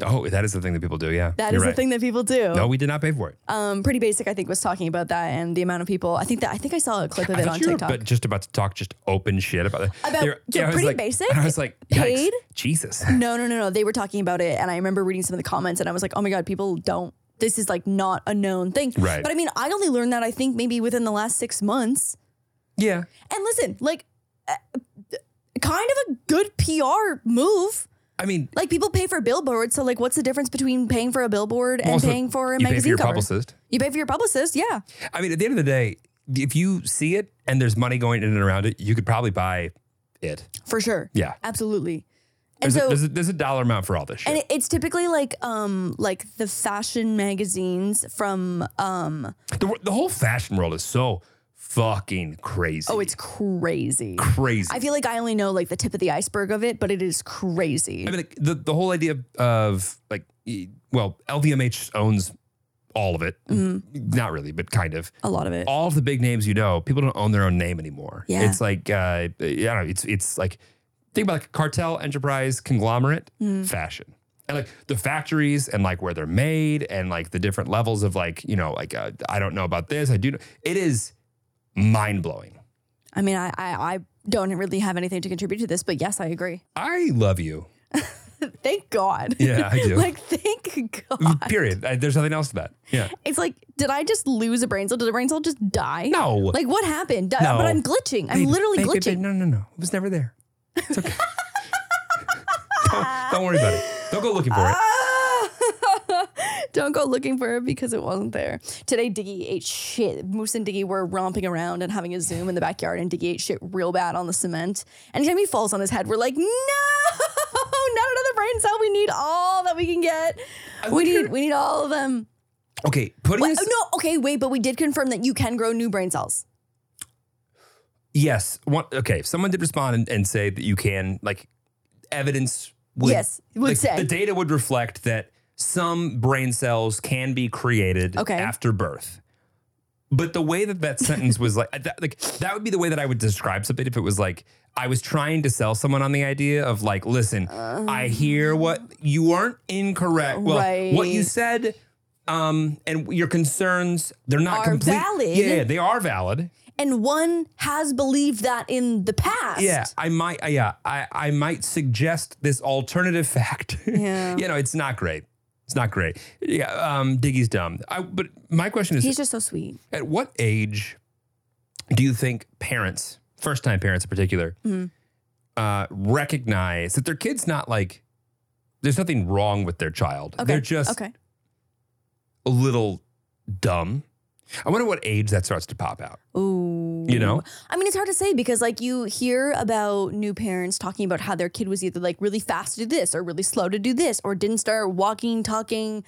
S3: Oh, that is the thing that people do. Yeah,
S2: That is
S3: You're
S2: the
S3: right.
S2: thing that people do.
S3: No, we did not pay for it.
S2: Um, pretty basic, I think, was talking about that and the amount of people. I think that I think I saw a clip of
S3: I
S2: it
S3: thought
S2: on
S3: you were
S2: TikTok.
S3: about- just about to talk just open shit about that.
S2: About-
S3: They were-
S2: so
S3: yeah, I was
S2: pretty
S3: like-
S2: basic,
S3: and I was like, yikes,
S2: paid.
S3: Jesus.
S2: no, no, no, no. They were talking about it, and I remember reading some of the comments, and I was like, oh my god, people don't. This is like not a known thing.
S3: Right.
S2: But I mean, I only learned that I think maybe within the last six months.
S3: Yeah,
S2: And listen, like, uh, kind of a good PR move.
S3: I mean,
S2: Like people pay for billboards, so like, what's the difference between paying for a billboard and
S3: also,
S2: paying for a
S3: you
S2: magazine
S3: pay for your
S2: cover?
S3: publicist.
S2: You pay for your publicist, yeah.
S3: I mean, at the end of the day, if you see it and there's money going in and around it, you could probably buy it.
S2: For sure.
S3: Yeah.
S2: Absolutely. And
S3: There's, a,
S2: so
S3: there's, a, there's a dollar amount for all this shit.
S2: and it- it's typically like um like the fashion magazines from um
S3: the, the whole fashion world is so fucking crazy.
S2: oh it's crazy.
S3: crazy.
S2: I feel like I only know like the tip of the iceberg of it, but it is crazy.
S3: I mean, like, the, the whole idea of, of like, e- well, LVMH owns all of it.
S2: Mm-hmm.
S3: Not really, but kind of.
S2: a lot of it.
S3: All of the big names you know, people don't own their own name anymore.
S2: Yeah.
S3: It's like, uh, I don't know, it's, it's like, think about like cartel, enterprise, conglomerate,
S2: Mm.
S3: fashion. And like the factories and like where they're made and like the different levels of like, you know, like, uh, I don't know about this. I do know. It is mind blowing.
S2: I mean, I, I I don't really have anything to contribute to this, but yes, I agree.
S3: I love you.
S2: Thank God.
S3: Yeah, I do. Mm,
S2: like thank God.
S3: Period. I, there's nothing else to that. Yeah.
S2: It's like, did I just lose a brain cell? Did a brain cell just die?
S3: No.
S2: Like what happened? D-
S3: No.
S2: But I'm glitching. I'm
S3: Babe,
S2: literally
S3: babe, babe,
S2: glitching.
S3: babe, no, no, no. It was never there. It's okay. don't, don't worry about it. Don't go looking for it.
S2: Don't go looking for it because it wasn't there. Today, Diggy ate shit. Moose and Diggy were romping around and having a Zoom in the backyard, and Diggy ate shit real bad on the cement. Anytime he falls on his head, we're like, no, not another brain cell. We need all that we can get. We need, we need all of them.
S3: Okay, putting
S2: Wait,
S3: this.
S2: Oh, no, okay, wait, but we did confirm that you can grow new brain cells.
S3: Yes. One, okay. Someone did respond and, and say that you can, like, evidence would.
S2: Yes, would
S3: like,
S2: say.
S3: The data would reflect that some brain cells can be created
S2: Okay.
S3: after birth. But the way that that sentence was like, that, like, that would be the way that I would describe something if it was like, I was trying to sell someone on the idea of like, listen,
S2: Uh.
S3: I hear what you aren't incorrect. Well, what you
S2: Right.
S3: said um, and your concerns, they're not
S2: Are
S3: complete.
S2: valid.
S3: Yeah, they are valid.
S2: And one has believed that in the past.
S3: Yeah, I might. Uh, yeah, I, I might suggest this alternative fact.
S2: Yeah.
S3: you know, it's not great. It's not great. Yeah, um, Diggy's dumb. I, but my question is,
S2: He's just so sweet.
S3: at what age do you think parents, first time parents in particular,
S2: Mhm.
S3: uh, recognize that their kid's not like? There's nothing wrong with their child.
S2: Okay.
S3: They're just
S2: okay.
S3: a little dumb. I wonder what age that starts to pop out.
S2: Ooh.
S3: You know?
S2: I mean, it's hard to say because, like, you hear about new parents talking about how their kid was either like really fast to do this or really slow to do this or didn't start walking, talking,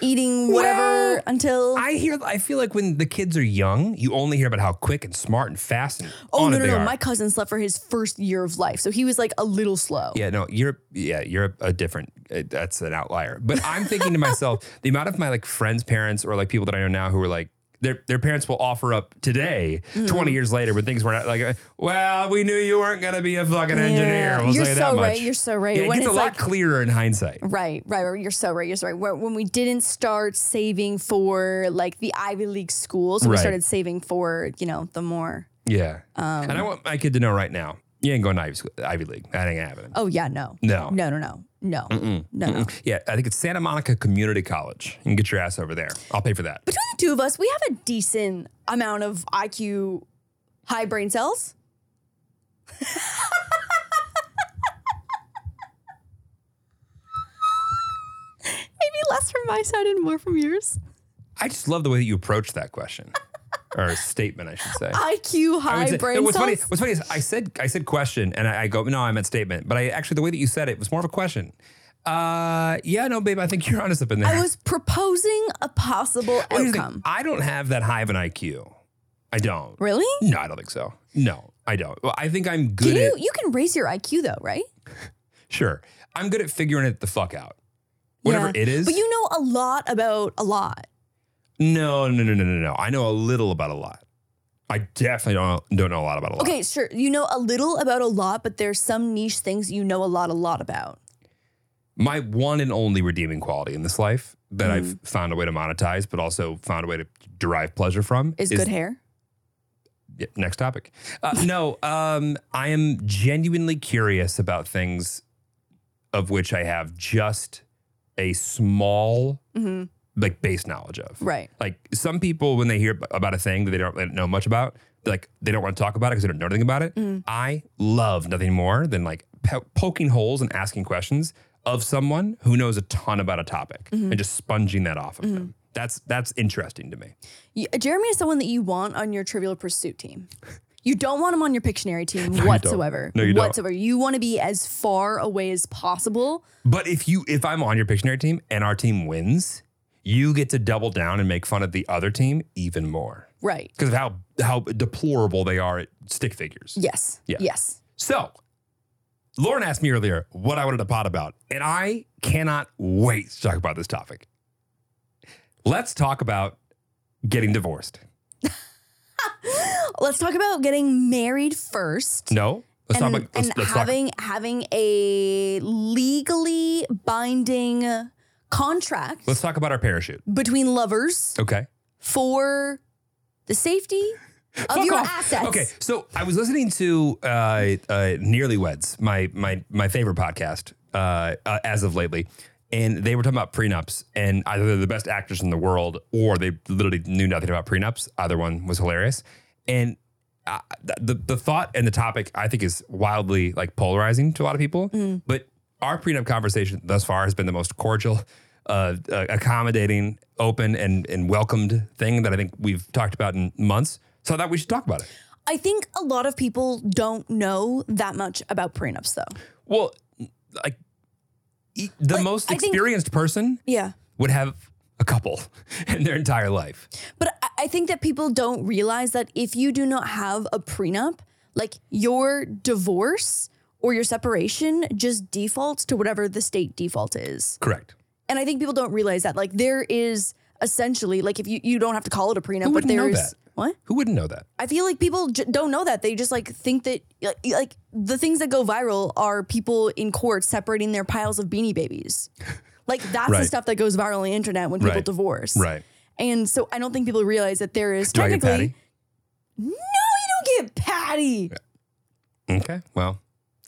S2: eating, whatever
S3: Well,
S2: until.
S3: I hear. I feel like when the kids are young, you only hear about how quick and smart and fast and
S2: oh,
S3: on
S2: no,
S3: it
S2: no,
S3: they
S2: no.
S3: are.
S2: My cousin slept for his first year of life. So he was like a little slow.
S3: yeah, no, you're yeah, you're a, a different. uh, That's an outlier. But I'm thinking to myself, the amount of my like friends' parents or like people that I know now who are like. Their, their parents will offer up today,
S2: Mm.
S3: 20 years later, when things were not like, uh, well, we knew you weren't going to be a fucking engineer.
S2: Yeah.
S3: We'll
S2: You're
S3: say that
S2: so
S3: much.
S2: right, you're so right.
S3: Yeah, it
S2: When
S3: gets a
S2: it's
S3: lot
S2: like-
S3: clearer in hindsight.
S2: Right, right, right. You're so right. You're so right. Where- When we didn't start saving for like the Ivy League schools, we
S3: Right.
S2: started saving for, you know, the more.
S3: Yeah.
S2: Um.
S3: and I want my kid to know right now, you ain't going to Ivy, school, Ivy League. That ain't happening.
S2: Oh, yeah, no.
S3: No.
S2: No, no, no. No. No, no.
S3: Yeah, I think it's Santa Monica Community College. You can get your ass over there. I'll pay for that.
S2: between the two of us, we have a decent amount of IQ high brain cells. Maybe less from my side and more from yours.
S3: I just love the way that you approach that question. or statement, I should say.
S2: IQ
S3: I would
S2: high
S3: say-
S2: brain
S3: no, what's funny,
S2: cells.
S3: what's funny is I said I said question and I, I go no I meant statement but I actually the way that you said it was more of a question. Uh yeah no babe I think you're honest up in there.
S2: I was proposing a possible
S3: Well, here's the thing,
S2: outcome.
S3: I don't have that high of an IQ. I don't.
S2: Really?
S3: No, I don't think so. No, I don't. Well, I think I'm
S2: Can
S3: good
S2: you
S3: at
S2: you can raise your IQ though, right?
S3: sure. I'm good at figuring it the fuck out. Whatever
S2: Yeah.
S3: it is.
S2: But you know a lot about a lot.
S3: no, no, no, no, no, no. I know a little about a lot. I definitely don't don't know a lot about a lot.
S2: Okay, sure. You know a little about a lot, but there's some niche things you know a lot, a lot about.
S3: my one and only redeeming quality in this life that I've
S2: Mm.
S3: found a way to monetize, but also found a way to derive pleasure from
S2: Is, good hair?
S3: Yeah, next topic. Uh, no, um, I am genuinely curious about things of which I have just a small
S2: Mhm.
S3: like base knowledge of.
S2: Right.
S3: Like some people, when they hear about a thing that they don't really know much about, like they don't want to talk about it because they don't know anything about it. I love nothing more than like po- poking holes and asking questions of someone who knows a ton about a topic and just sponging that off of them. That's that's interesting to me.
S2: Y- uh, Jeremy is someone that you want on your Trivial Pursuit team. You don't want him on your Pictionary team whatsoever.
S3: No, you don't.
S2: whatsoever. You want to be as far away as possible.
S3: But if you if I'm on your Pictionary team and our team wins, you get to double down and make fun of the other team even more
S2: Right.
S3: because of how how deplorable they are at stick figures.
S2: Yes.
S3: Yeah.
S2: Yes.
S3: So, Lauren asked me earlier what I wanted to pot about, and I cannot wait to talk about this topic. Let's talk about getting divorced.
S2: Let's talk about getting married first.
S3: No, let's
S2: and,
S3: talk about let's,
S2: and
S3: let's talk.
S2: having having a legally binding contract
S3: Let's talk about our parachute.
S2: between lovers
S3: Okay.
S2: for the safety of
S3: Fuck
S2: your
S3: off.
S2: assets.
S3: Okay, so I was listening to uh, uh, Nearlyweds, my my my favorite podcast uh, uh, as of lately, and they were talking about prenups, and either they're the best actors in the world or they literally knew nothing about prenups. Either one was hilarious, and. Uh, th- the the thought and the topic I think is wildly like polarizing to a lot of people, but our prenup conversation thus far has been the most cordial, uh, uh, accommodating, open, and and welcomed thing that I think we've talked about in months. So I thought we should talk about it.
S2: I think a lot of people don't know that much about prenups, though.
S3: Well, like e- the
S2: Like,
S3: most
S2: I think-
S3: experienced person
S2: Yeah.
S3: would have a couple in their entire life.
S2: But I- I think that people don't realize that if you do not have a prenup, like your divorce or your separation just defaults to whatever the state default is.
S3: Correct.
S2: And I think people don't realize that. Like there is essentially, like if you, you don't have to call it a prenup,
S3: Who
S2: but
S3: wouldn't know
S2: there's
S3: that?
S2: what?
S3: Who wouldn't know that?
S2: I feel like people j- don't know that. They just like think that like, like the things that go viral are people in court separating their piles of beanie babies. Like that's the
S3: Right.
S2: stuff that goes viral on the internet when people
S3: Right.
S2: divorce.
S3: Right.
S2: And so I don't think people realize that there is
S3: Do I get
S2: technically
S3: Patty? Uh,
S2: No, you don't get Patty.
S3: Okay. Well,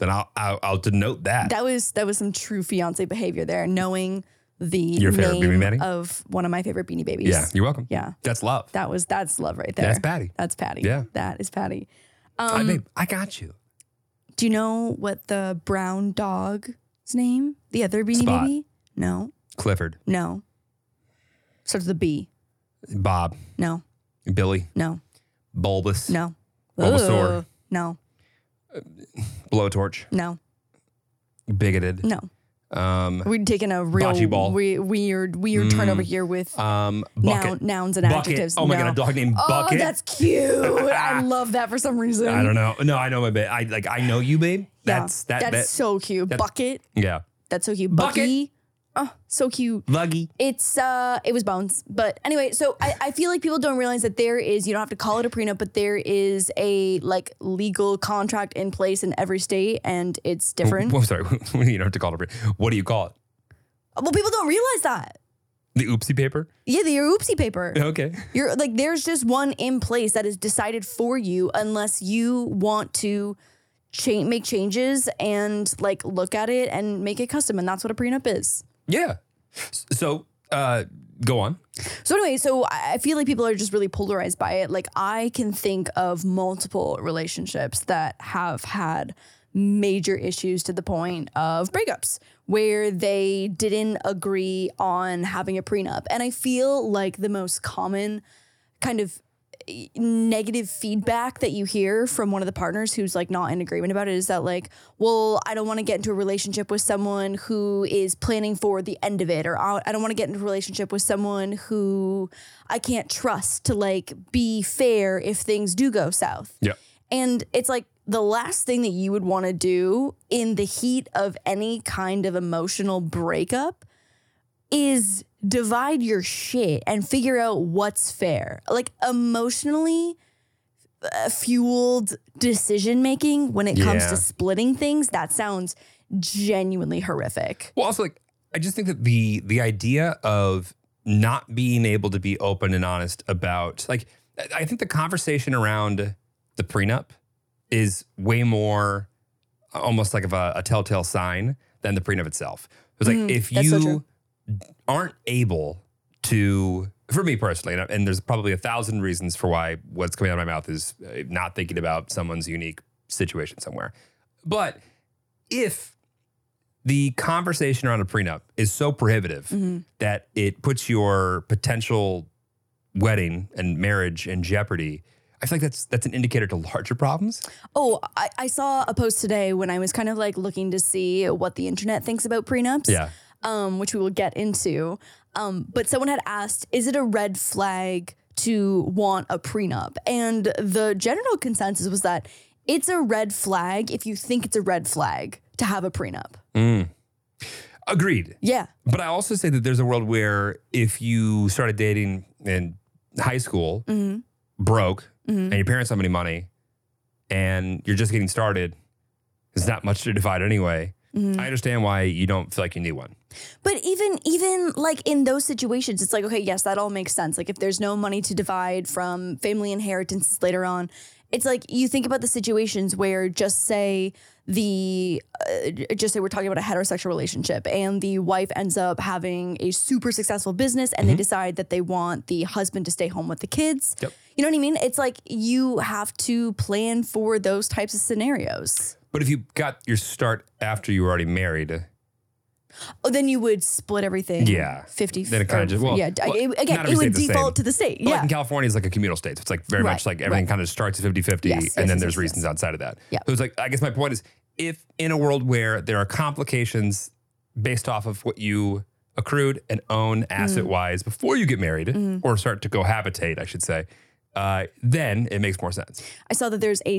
S3: then I'll I'll, I'll denote that.
S2: That was that was some true fiance behavior there, knowing the
S3: Your favorite
S2: name
S3: Beanie Baby?
S2: of one of my favorite beanie babies.
S3: yeah. You're welcome.
S2: Yeah.
S3: That's love.
S2: That was that's love right there.
S3: That's Patty.
S2: That's Patty.
S3: Yeah.
S2: That is Patty.
S3: I,
S2: Um,
S3: babe, I got you.
S2: Do you know what the brown dog's name? The other Beanie
S3: Spot.
S2: Baby? No,
S3: Clifford,
S2: no. Starts with a B.
S3: Bob,
S2: No,
S3: Billy,
S2: no,
S3: Bulbous,
S2: no.
S3: Bulbasaur.
S2: Ugh. No,
S3: Blowtorch,
S2: no,
S3: Bigoted.
S2: no.
S3: Um,
S2: We're taking a real
S3: Bocce ball.
S2: we- weird, weird turn over here with
S3: um,
S2: noun,
S3: Bucket.
S2: nouns and
S3: Bucket.
S2: adjectives.
S3: Oh my
S2: No.
S3: God, a dog named
S2: Oh,
S3: Bucket.
S2: that's cute. I love that for some reason.
S3: I don't know. No, I know my babe. I like. I know you, babe.
S2: Yeah,
S3: That's that.
S2: that's
S3: that-
S2: so cute.
S3: that-
S2: Bucket.
S3: yeah.
S2: That's so cute.
S3: Bucket.
S2: Bucky. Oh, so cute.
S3: Luggy.
S2: It's uh it was bones. But anyway, so I, I feel like people don't realize that there is you don't have to call it a prenup, but there is a like legal contract in place in every state and it's different.
S3: Well, I'm sorry. you don't have to call it. a pre- What do you call it?
S2: Well, people don't realize that.
S3: The oopsie paper.
S2: Yeah, the your oopsie paper.
S3: Okay.
S2: You're like there's just one in place that is decided for you unless you want to cha- make changes and like look at it and make it custom and that's what a prenup is.
S3: Yeah. S- So, uh, go on.
S2: So anyway, so I I feel like people are just really polarized by it. Like I can think of multiple relationships that have had major issues to the point of breakups where they didn't agree on having a prenup. And I feel like the most common kind of negative feedback that you hear from one of the partners who's like not in agreement about it is that like well i don't want to get into a relationship with someone who is planning for the end of it or uh, i I don't want to get into a relationship with someone who i can't trust to like be fair if things do go south
S3: Yep.
S2: and it's like the last thing that you would want to do in the heat of any kind of emotional breakup is divide your shit and figure out what's fair. Like emotionally uh, fueled decision making when it comes
S3: Yeah.
S2: to splitting things, that sounds genuinely horrific.
S3: Well, also like I just think that the the idea of not being able to be open and honest about like I- I think the conversation around the prenup is way more uh, almost like of a, a telltale sign than the prenup itself. It's like
S2: Mm,
S3: if
S2: that's so
S3: you
S2: true.
S3: aren't able to, for me personally, and, I- and there's probably a thousand reasons for why what's coming out of my mouth is uh, not thinking about someone's unique situation somewhere. But if the conversation around a prenup is so prohibitive
S2: Mhm.
S3: that it puts your potential wedding and marriage in jeopardy, I feel like that's that's an indicator to larger problems.
S2: Oh, I, I saw a post today when I was kind of like looking to see what the internet thinks about prenups. um, which we will get into. Um, but someone had asked, is it a red flag to want a prenup? And the general consensus was that it's a red flag if you think it's a red flag to have a prenup.
S3: Mm. Agreed.
S2: Yeah.
S3: But I also say that there's a world where if you started dating in high school,
S2: hmm
S3: broke,
S2: hmm
S3: and your parents don't have any money, and you're just getting started, there's not much to divide anyway.
S2: hmm
S3: I understand why you don't feel like you need one.
S2: But even even like in those situations, it's like okay, yes, that all makes sense. Like if there's no money to divide from family inheritances later on, it's like you think about the situations where just say the uh, just say we're talking about a heterosexual relationship and the wife ends up having a super successful business and they decide that they want the husband to stay home with the kids.
S3: Yep.
S2: You know what I mean? It's like you have to plan for those types of scenarios.
S3: But if you got your start after you were already married,
S2: Oh, then you would split everything.
S3: Yeah.
S2: 50.
S3: Then it kinda
S2: or-
S3: just- well,
S2: yeah. d-
S3: well,
S2: it-
S3: not
S2: again,
S3: every
S2: it would
S3: state's the same.
S2: default to the state.
S3: But like
S2: Yeah.
S3: in California, it's like a communal state. So it's like very
S2: Right,
S3: much like everything
S2: right.
S3: kind of starts at 50 50,
S2: Yes,
S3: and
S2: yes,
S3: then
S2: yes,
S3: there's
S2: yes,
S3: reasons
S2: yes.
S3: outside of that.
S2: Yeah.
S3: So it's like, I guess my point is if in a world where there are complications based off of what you accrued and own
S2: Mm.
S3: asset wise before you get married
S2: Mm-hmm.
S3: or start to cohabitate, I should say, uh, then it makes more sense.
S2: I saw that there's a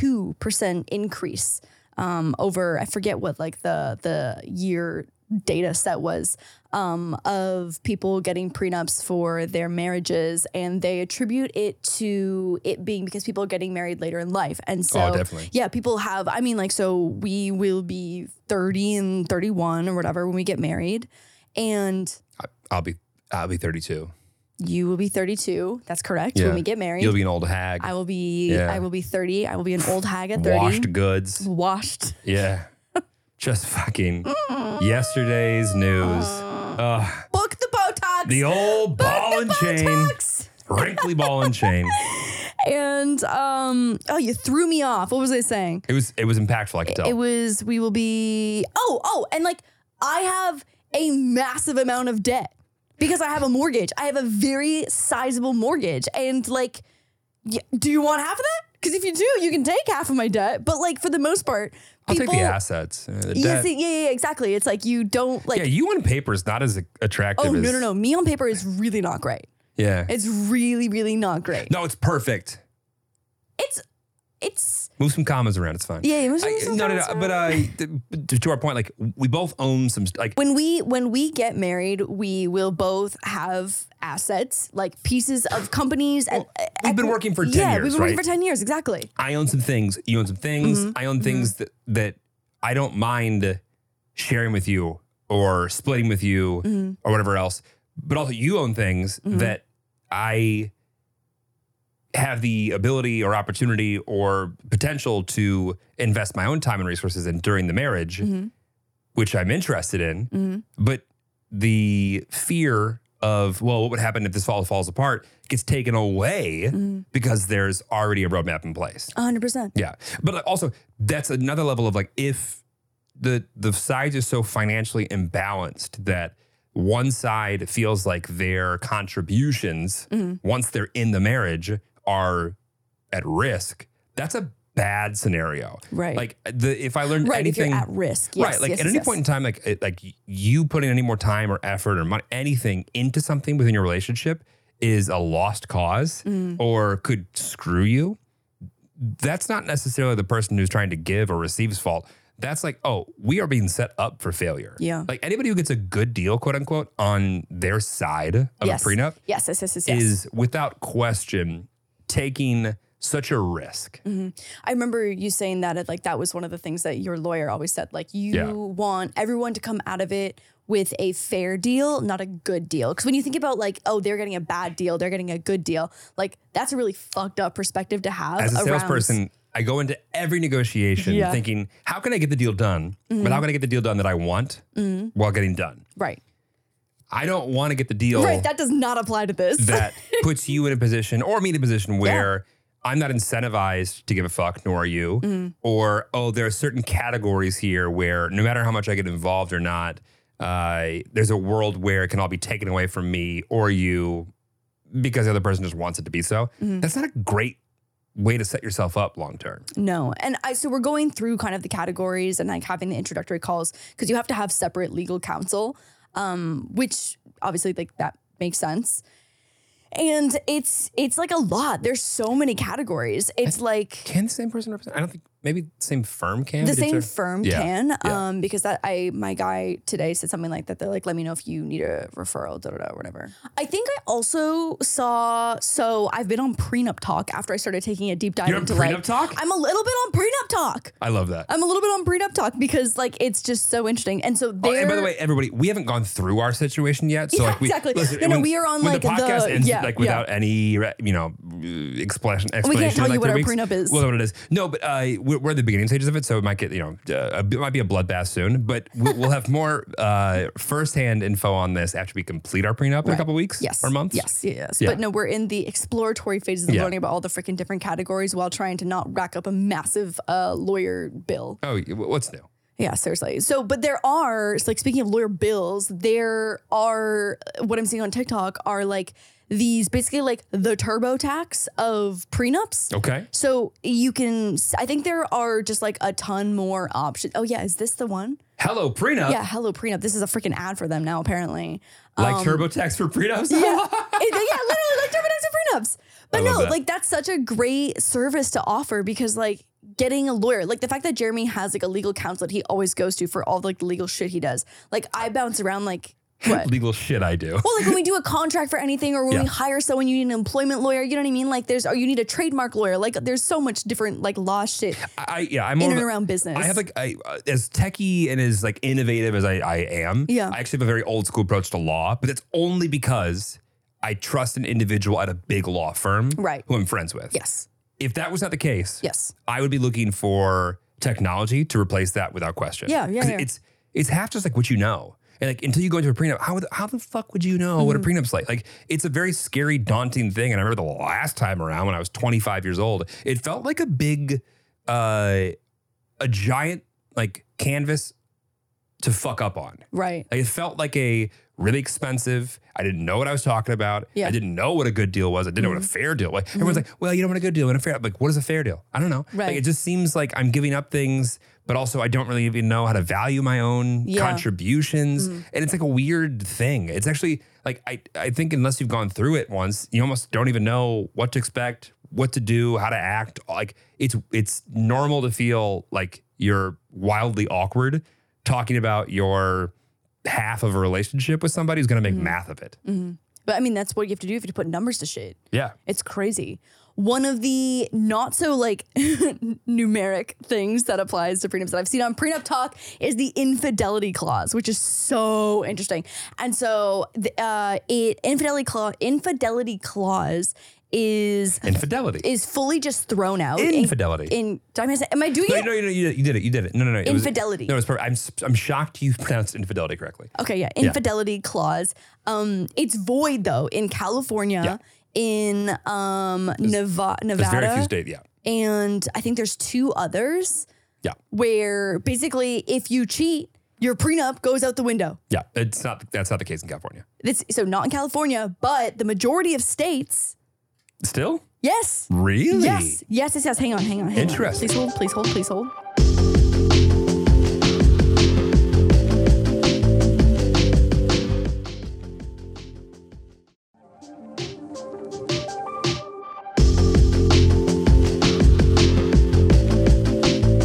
S2: 62% increase um, over, I forget what like the, the year data set was um, of people getting prenups for their marriages. And they attribute it to it being because people are getting married later in life. And so,
S3: oh, definitely.
S2: yeah, people have. I mean, like, so we will be 30 and 31 or whatever when we get married. And
S3: I'll be. I'll be 32.
S2: You will be 32. That's correct.
S3: Yeah.
S2: When we get married,
S3: You'll be an old hag.
S2: I will be
S3: Yeah.
S2: I will be 30. I will be an old hag at 30.
S3: washed goods.
S2: Washed.
S3: Yeah. Just fucking yesterday's news. Ugh.
S2: Book the Botox.
S3: The old
S2: Book
S3: ball
S2: the
S3: and chain,
S2: Botox.
S3: wrinkly ball and chain.
S2: And um oh, you threw me off. What was I saying?
S3: It was it was impactful. I could tell.
S2: It was we will be Oh, oh, and like I have a massive amount of debt because I have a mortgage. I have a very sizable mortgage and like y- do you want half of that? Cuz if you do, you can take half of my debt, but like for the most part,
S3: I'll
S2: people
S3: take the assets. uh, the
S2: Yes,
S3: debt.
S2: yeah, yeah, yeah, exactly. It's like you don't like.
S3: yeah, you on paper is not as attractive.
S2: oh
S3: as,
S2: no, no, no. Me on paper is really not great.
S3: Yeah,
S2: It's really, really not great.
S3: no, it's perfect.
S2: It's, it's
S3: Move some commas around. It's fine.
S2: yeah. it was-
S3: I- no, no, no. But uh, th- to, to our point, like we both own some. st- Like
S2: when we when we get married, we will both have assets like pieces of companies. and uh,
S3: we've been working for 10
S2: yeah,
S3: years,
S2: we've been working
S3: right?
S2: for ten years exactly.
S3: I own some things. You own some things.
S2: Mm-hmm.
S3: I own things that that I don't mind sharing with you or splitting with you
S2: Mm-hmm,
S3: or whatever else. But also, you own things that I have the ability or opportunity or potential to invest my own time and resources in during the marriage,
S2: Mm-hmm.
S3: which I'm interested in. But the fear of, well, what would happen if this fall falls apart gets taken away
S2: Mm-hmm.
S3: because there's already a roadmap in place.
S2: hundred percent.
S3: Yeah. But like, also, that's another level of like if the the sides are so financially imbalanced that one side feels like their contributions
S2: Mhm.
S3: once they're in the marriage are at risk, that's a bad scenario.
S2: Right.
S3: Like the if I learned
S2: right.
S3: anything
S2: if you're at risk. Yes,
S3: right. Like
S2: yes,
S3: at
S2: yes,
S3: any
S2: yes.
S3: point in time, like it- like you putting any more time or effort or money, anything into something within your relationship is a lost cause
S2: Mm.
S3: or could screw you. That's not necessarily the person who's trying to give or receive's fault. That's like, oh, we are being set up for failure.
S2: Yeah.
S3: Like anybody who gets a good deal, quote unquote, on their side of
S2: Yes.
S3: a prenup
S2: Yes, yes, yes, yes. yes.
S3: is without question taking such a risk.
S2: I remember you saying that it, like that was one of the things that your lawyer always said like you
S3: Yeah.
S2: want everyone to come out of it with a fair deal, not a good deal. Cuz when you think about like oh they're getting a bad deal, they're getting a good deal, like that's a really fucked up perspective to have
S3: as a
S2: around-
S3: salesperson, I go into every negotiation
S2: Yeah. Mm-hmm.
S3: thinking, how can I get the deal done? But how can I get the deal done that I want while getting done?
S2: Right.
S3: I don't want to get the deal
S2: Right, that does not apply to this.
S3: that puts you in a position or me in a position where I'm not incentivized to give a fuck, nor are you.
S2: Mm-hmm.
S3: Or, oh, there are certain categories here where no matter how much I get involved or not, uh, there's a world where it can all be taken away from me or you because the other person just wants it to be so.
S2: Mm-hmm.
S3: That's not a great way to set yourself up long term.
S2: No. And I so we're going through kind of the categories and like having the introductory calls because you have to have separate legal counsel, um, which obviously like that makes sense. And it's it's like a lot. There's so many categories. It's like
S3: Can the same person represent? I don't think maybe the same firm can.
S2: the
S3: but it's
S2: same
S3: a-
S2: firm
S3: Yeah,
S2: can,
S3: yeah.
S2: um, because that I my guy today said something like that. They're like, let me know if you need a referral, da da da, whatever. I think I also saw. So I've been on prenup talk after I started taking a deep dive
S3: You're on
S2: into
S3: prenup
S2: like
S3: talk?
S2: I'm Uh, a little bit on prenup talk.
S3: I love that.
S2: I'm a little bit on prenup talk because like it's just so interesting. And so
S3: Oh,
S2: there.
S3: and by the way, everybody, we haven't gone through our situation yet. So
S2: Yeah,
S3: like we,
S2: exactly. No, no, we are on,
S3: when
S2: like,
S3: the
S2: the-
S3: podcast ends
S2: yeah,
S3: like
S2: yeah.
S3: without any re- you know uh, explanation. explanation
S2: tell
S3: in, like,
S2: you what
S3: three
S2: our
S3: weeks.
S2: prenup is.
S3: Well, know what it is. No, but uh, we're, we're at the beginning stages of it, so it might get you know uh, it might be a bloodbath soon. But we'll, we'll have more uh, firsthand info on this after we complete our prenup in a
S2: Right.
S3: couple weeks,
S2: Yes.
S3: or months.
S2: Yes, yes, yes.
S3: Yeah.
S2: But no, we're in the exploratory phases of
S3: Yeah.
S2: learning about all the freaking different categories while trying to not rack up a massive uh, lawyer bill.
S3: Oh, y- what's new?
S2: Yeah, seriously. So, but there are so, like speaking of lawyer bills, there are uh, what I'm seeing on TikTok are like these basically like the turbo tax of prenups.
S3: Okay.
S2: So you can, I think there are just like a ton more options. Oh yeah, is this the one?
S3: Hello prenup.
S2: yeah, hello prenup. This is a freaking ad for them now, apparently.
S3: Like TurboTax for prenups.
S2: um, Yeah, It- yeah, literally like turbinax and prenups. But
S3: love
S2: no,
S3: that.
S2: like that's such a great service to offer because like getting a lawyer, like the fact that Jeremy has like a legal counsel that he always goes to for all like the legal shit he does. Like I bounce around like what.
S3: Legal shit I do.
S2: Well, like when we do a contract for anything, or when we
S3: Yeah.
S2: hire someone, you need an employment lawyer. You know what I mean? Like, there's or you need a trademark lawyer. Like, there's so much different like law shit
S3: I yeah, I'm more
S2: in and
S3: of a-
S2: around business.
S3: I have like I, uh, as techie and as like innovative as I, I am.
S2: Yeah.
S3: I actually have a very old school approach to law, but that's only because I trust an individual at a big law firm,
S2: Right.
S3: Who I'm friends with.
S2: yes,
S3: If that was not the case,
S2: yes,
S3: I would be looking for technology to replace that without question.
S2: Yeah, yeah,
S3: 'Cause
S2: yeah.
S3: It's it's half just like what you know. And like until you go into a prenup, how would- how the fuck would you know what a
S2: Mm-hmm.
S3: prenup's like? Like it's a very scary, daunting thing. And I remember the last time around when I was 25 years old, it felt like a big uh a giant like canvas to fuck up on.
S2: right,
S3: Like, it felt like a really expensive. I didn't know what I was talking about.
S2: Yeah. Mm-hmm.
S3: I didn't know what a good deal was. I didn't know what a fair deal was. Everyone's like, well, you don't want a good deal and a fair. I'm like, what is a fair deal? I don't know. Like,
S2: Right.
S3: it just seems like I'm giving up things, but also I don't really even know how to value my own
S2: Yeah. Mm.
S3: contributions. And it's like a weird thing. It's actually like, I, I think unless you've gone through it once, you almost don't even know what to expect, what to do, how to act. Like it's, it's normal to feel like you're wildly awkward talking about your half of a relationship with somebody who's going
S2: Mm-hmm.
S3: to make math of it.
S2: but I mean that's what you have to do if you put numbers to shit.
S3: Yeah.
S2: It's crazy. One of the not so like numeric things that applies to prenups that I've seen on prenup talk is the infidelity clause, which is so interesting. And so the uh, it infidelity clause infidelity clause is
S3: Infidelity.
S2: is fully just thrown out. oh, in-
S3: Infidelity.
S2: In, did I miss it? am I doing
S3: no,
S2: it?
S3: no, no, you, you did it. You did it. No, no, no. it was-
S2: Infidelity.
S3: no, it's perfect. I'm, s- I'm shocked you pronounced infidelity correctly.
S2: Okay, yeah, infidelity clause. Um, it's void though in California,
S3: Yeah.
S2: in um Neva-
S3: There's
S2: Nevada.
S3: very few states. Yeah.
S2: and I think there's two others.
S3: Yeah.
S2: Where basically, if you cheat, your prenup goes out the window.
S3: Yeah, it's not. That's not the case in California.
S2: It's, so not in California, but the majority of states,
S3: Still,
S2: yes,
S3: really?
S2: yes, yes, yes, yes. Hang on, hang on, hang
S3: Interesting.
S2: On. Please hold, please hold, please hold.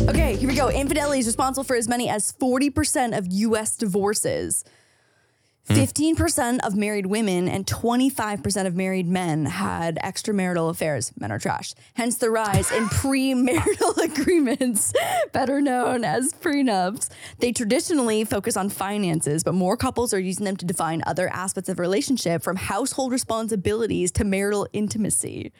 S2: Okay, here we go. Infidelity is responsible for as many as 40% of US divorces. 15% of married women and 25% of married men had extramarital affairs. Men are trash. Hence the rise in premarital agreements, better known as prenups. They traditionally focus on finances, but more couples are using them to define other aspects of relationship from household responsibilities to marital intimacy.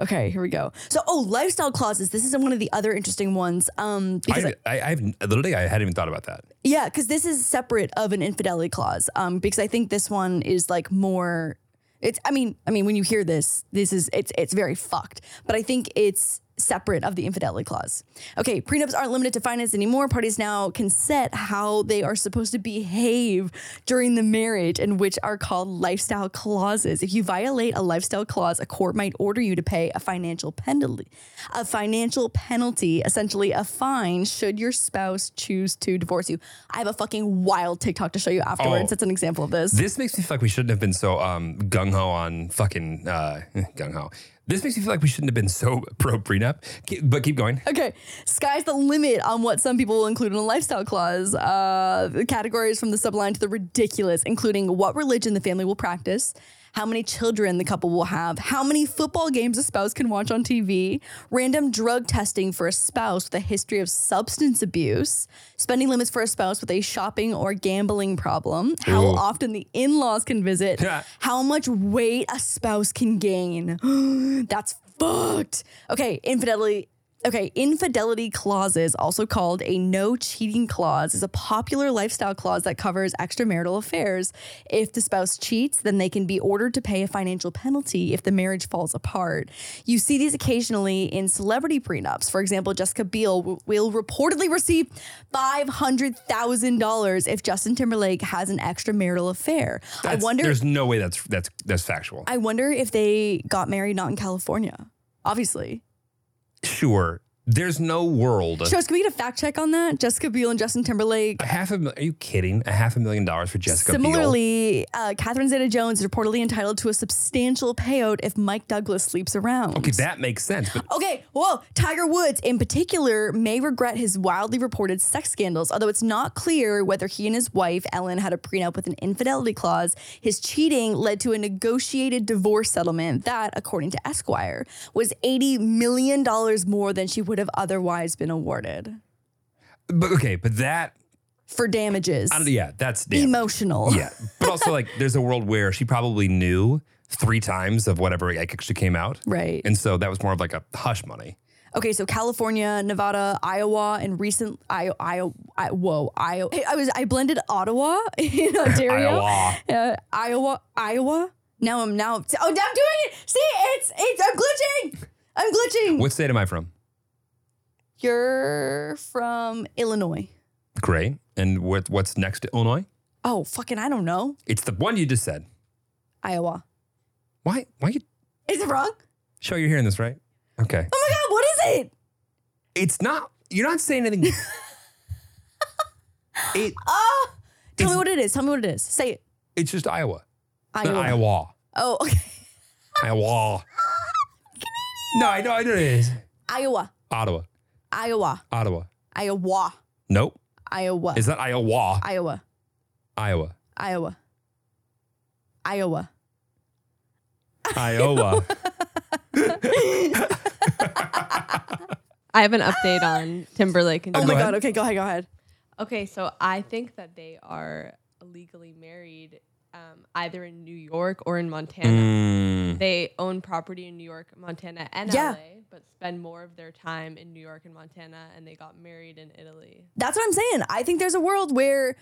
S2: Okay, here we go. So, oh, lifestyle clauses. This is one of the other interesting ones. Um, because
S3: I, I, I have literally I hadn't even thought about that.
S2: yeah, because this is separate of an infidelity clause. Um, because I think this one is like more. It's. I mean, I mean, when you hear this, this is it's it's very fucked. But I think it's separate of the infidelity clause. Okay, prenups aren't limited to finance anymore. Parties now can set how they are supposed to behave during the marriage, and which are called lifestyle clauses. If you violate a lifestyle clause, a court might order you to pay a financial penalty, a financial penalty, essentially a fine, should your spouse choose to divorce you. I have a fucking wild TikTok to show you afterwards.
S3: Oh.
S2: That's an example of this.
S3: This makes me feel like we shouldn't have been so um, gung ho on fucking uh, gung ho. This makes me feel like we shouldn't have been so pro prenup. Ke- But keep going.
S2: Okay, sky's the limit on what some people will include in a lifestyle clause. Uh, the categories from the sublime to the ridiculous, including what religion the family will practice, how many children the couple will have, how many football games a spouse can watch on TV, random drug testing for a spouse with a history of substance abuse, spending limits for a spouse with a shopping or gambling problem, how
S3: Ooh.
S2: often the in laws can visit, how much weight a spouse can gain. That's fucked. Okay, infidelity. Okay, infidelity clauses, also called a no cheating clause, is a popular lifestyle clause that covers extramarital affairs. If the spouse cheats, then they can be ordered to pay a financial penalty if the marriage falls apart. You see these occasionally in celebrity prenups. For example, Jessica Biel w- will reportedly receive $500,000 if Justin Timberlake has an extramarital affair. I
S3: That's-
S2: wonder
S3: There's no way that's that's that's factual.
S2: I wonder if they got married not in California. Obviously.
S3: sure. There's no world.
S2: Shows, can we get a fact check on that? Jessica Biel and Justin Timberlake.
S3: a half a mil- are you kidding? A half a million dollars for Jessica. Biel?
S2: Similarly, uh, Catherine Zeta Jones is reportedly entitled to a substantial payout if Mike Douglas sleeps around.
S3: Okay, that makes sense. But
S2: Okay, whoa. Tiger Woods, in particular, may regret his wildly reported sex scandals, although it's not clear whether he and his wife, Ellen, had a prenup with an infidelity clause. His cheating led to a negotiated divorce settlement that, according to Esquire, was $80 million more than she would have otherwise been awarded
S3: but okay, but that
S2: for damages.
S3: I don't, yeah, that's damn.
S2: Emotional.
S3: Yeah, but also like there's a world where she probably knew three times of whatever like, actually came out,
S2: Right.
S3: and so that was more of like a hush money.
S2: Okay, so California, Nevada, Iowa, and recent I, I, I whoa, Iowa. I was I blended Ottawa in Ontario.
S3: Iowa.
S2: Uh, Iowa, Iowa. Now I'm now. Oh, now I'm doing it. See, it's it's. I'm glitching. I'm glitching.
S3: What state am I from?
S2: You're from Illinois.
S3: Great. And what, what's next to Illinois?
S2: Oh, fucking, I don't know.
S3: It's the one you just said.
S2: Iowa.
S3: Why? Why you?
S2: Is it wrong?
S3: Show you're hearing this right? Okay.
S2: Oh my god, what is it?
S3: It's not. You're not saying anything. it.
S2: Oh, tell me
S3: It's-
S2: what it is. Tell me what it is. Say it.
S3: It's just Iowa. Not
S2: Iowa.
S3: Iowa.
S2: Oh, okay.
S3: Iowa. No, I know. I know it is.
S2: Iowa,
S3: Ottawa.
S2: Iowa,
S3: Ottawa.
S2: Iowa,
S3: Nope.
S2: Iowa,
S3: Is that Iowa?
S2: Iowa.
S3: Iowa.
S2: Iowa. Iowa.
S3: Iowa.
S6: I have an update on Timberlake and
S2: Oh
S3: Go
S2: my
S6: Justin.
S3: ahead.
S2: god, okay, go ahead, go ahead.
S6: Ah. Okay, so I think that they are legally married um, either in New York or in Montana.
S3: Mm.
S6: They own property in New York, Montana, and
S2: Yeah.
S6: LA, but spend more of their time in New York and Montana, and they got married in Italy.
S2: That's what I'm saying. I think there's a world where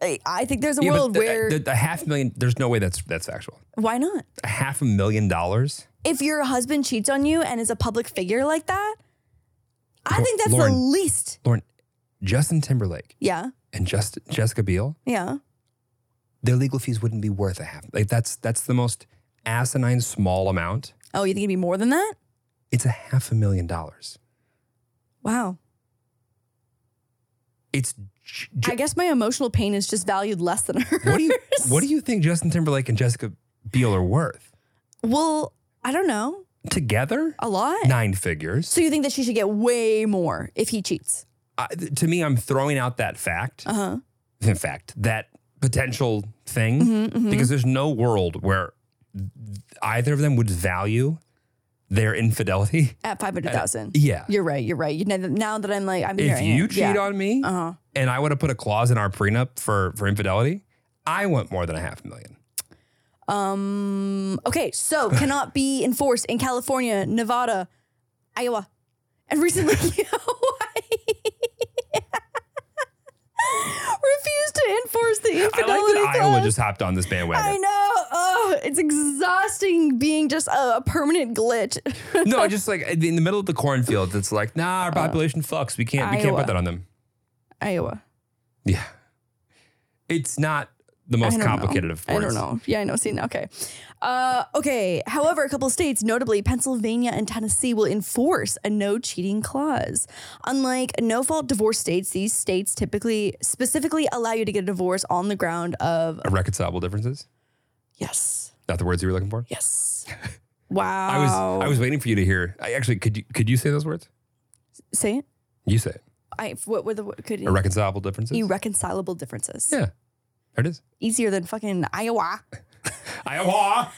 S2: I I think there's a
S3: Yeah, but
S2: world
S3: the-
S2: where
S3: the, the half million. There's no way that's that's factual.
S2: why not?
S3: A half a million dollars.
S2: If your husband cheats on you and is a public figure like that, I
S3: Lo-
S2: think that's the
S3: Lauren.
S2: least.
S3: Lauren, Justin Timberlake
S2: Yeah.
S3: and just Jessica Biel,
S2: Yeah.
S3: their legal fees wouldn't be worth a half. Like that's that's the most asinine small amount.
S2: Oh, you think it'd be more than that?
S3: It's a half a million dollars.
S2: Wow.
S3: It's j-
S2: I guess my emotional pain is just valued less than hers.
S3: what do you what do you think Justin Timberlake and Jessica Biel are worth
S2: Well, I don't know.
S3: together?
S2: A lot.
S3: Nine figures.
S2: So you think that she should get way more if he cheats?
S3: I, th- to me, I'm throwing out that fact.
S2: Uh huh.
S3: In fact, that potential thing
S2: Mhm, mhm.
S3: because there's no world where either of them would value their infidelity.
S2: At five hundred thousand.
S3: Yeah.
S2: You're right. You're right. You know, now that I'm like, I'm
S3: if
S2: hearing
S3: you
S2: it.
S3: cheat on me
S2: Uh huh.
S3: and I would have put a clause in our prenup for for infidelity, I want more than a half million.
S2: Um, okay, so cannot be enforced in California, Nevada, Iowa, and recently Hawaii. Refuse to enforce the
S3: I
S2: infidelity
S3: like that Iowa
S2: clause.
S3: just hopped on this bandwagon.
S2: I know. Oh, it's exhausting being just a, a permanent glitch.
S3: no, I just like in the middle of the cornfield. It's like, nah,
S2: Uh-huh.
S3: our population fucks. We can't. We can't
S2: Iowa.
S3: put that on them.
S2: Iowa.
S3: Yeah, it's not the
S2: I
S3: most
S2: don't
S3: complicated
S2: know.
S3: of words.
S2: I don't know. Yeah, I know. See, now- okay. Uh, okay. However, a couple of states, notably Pennsylvania and Tennessee, will enforce a no cheating clause. Unlike no fault divorce states, these states typically specifically allow you to get a divorce on the ground of
S3: Irreconcilable differences.
S2: yes,
S3: Not the words you were looking for.
S2: yes. Wow.
S3: I was I was waiting for you to hear. I actually could you could you say those words?
S2: say it.
S3: You say it.
S2: I what were the what- could
S3: Irreconcilable differences.
S2: irreconcilable differences
S3: yeah, there it is.
S2: easier than fucking Iowa.
S3: Iowa.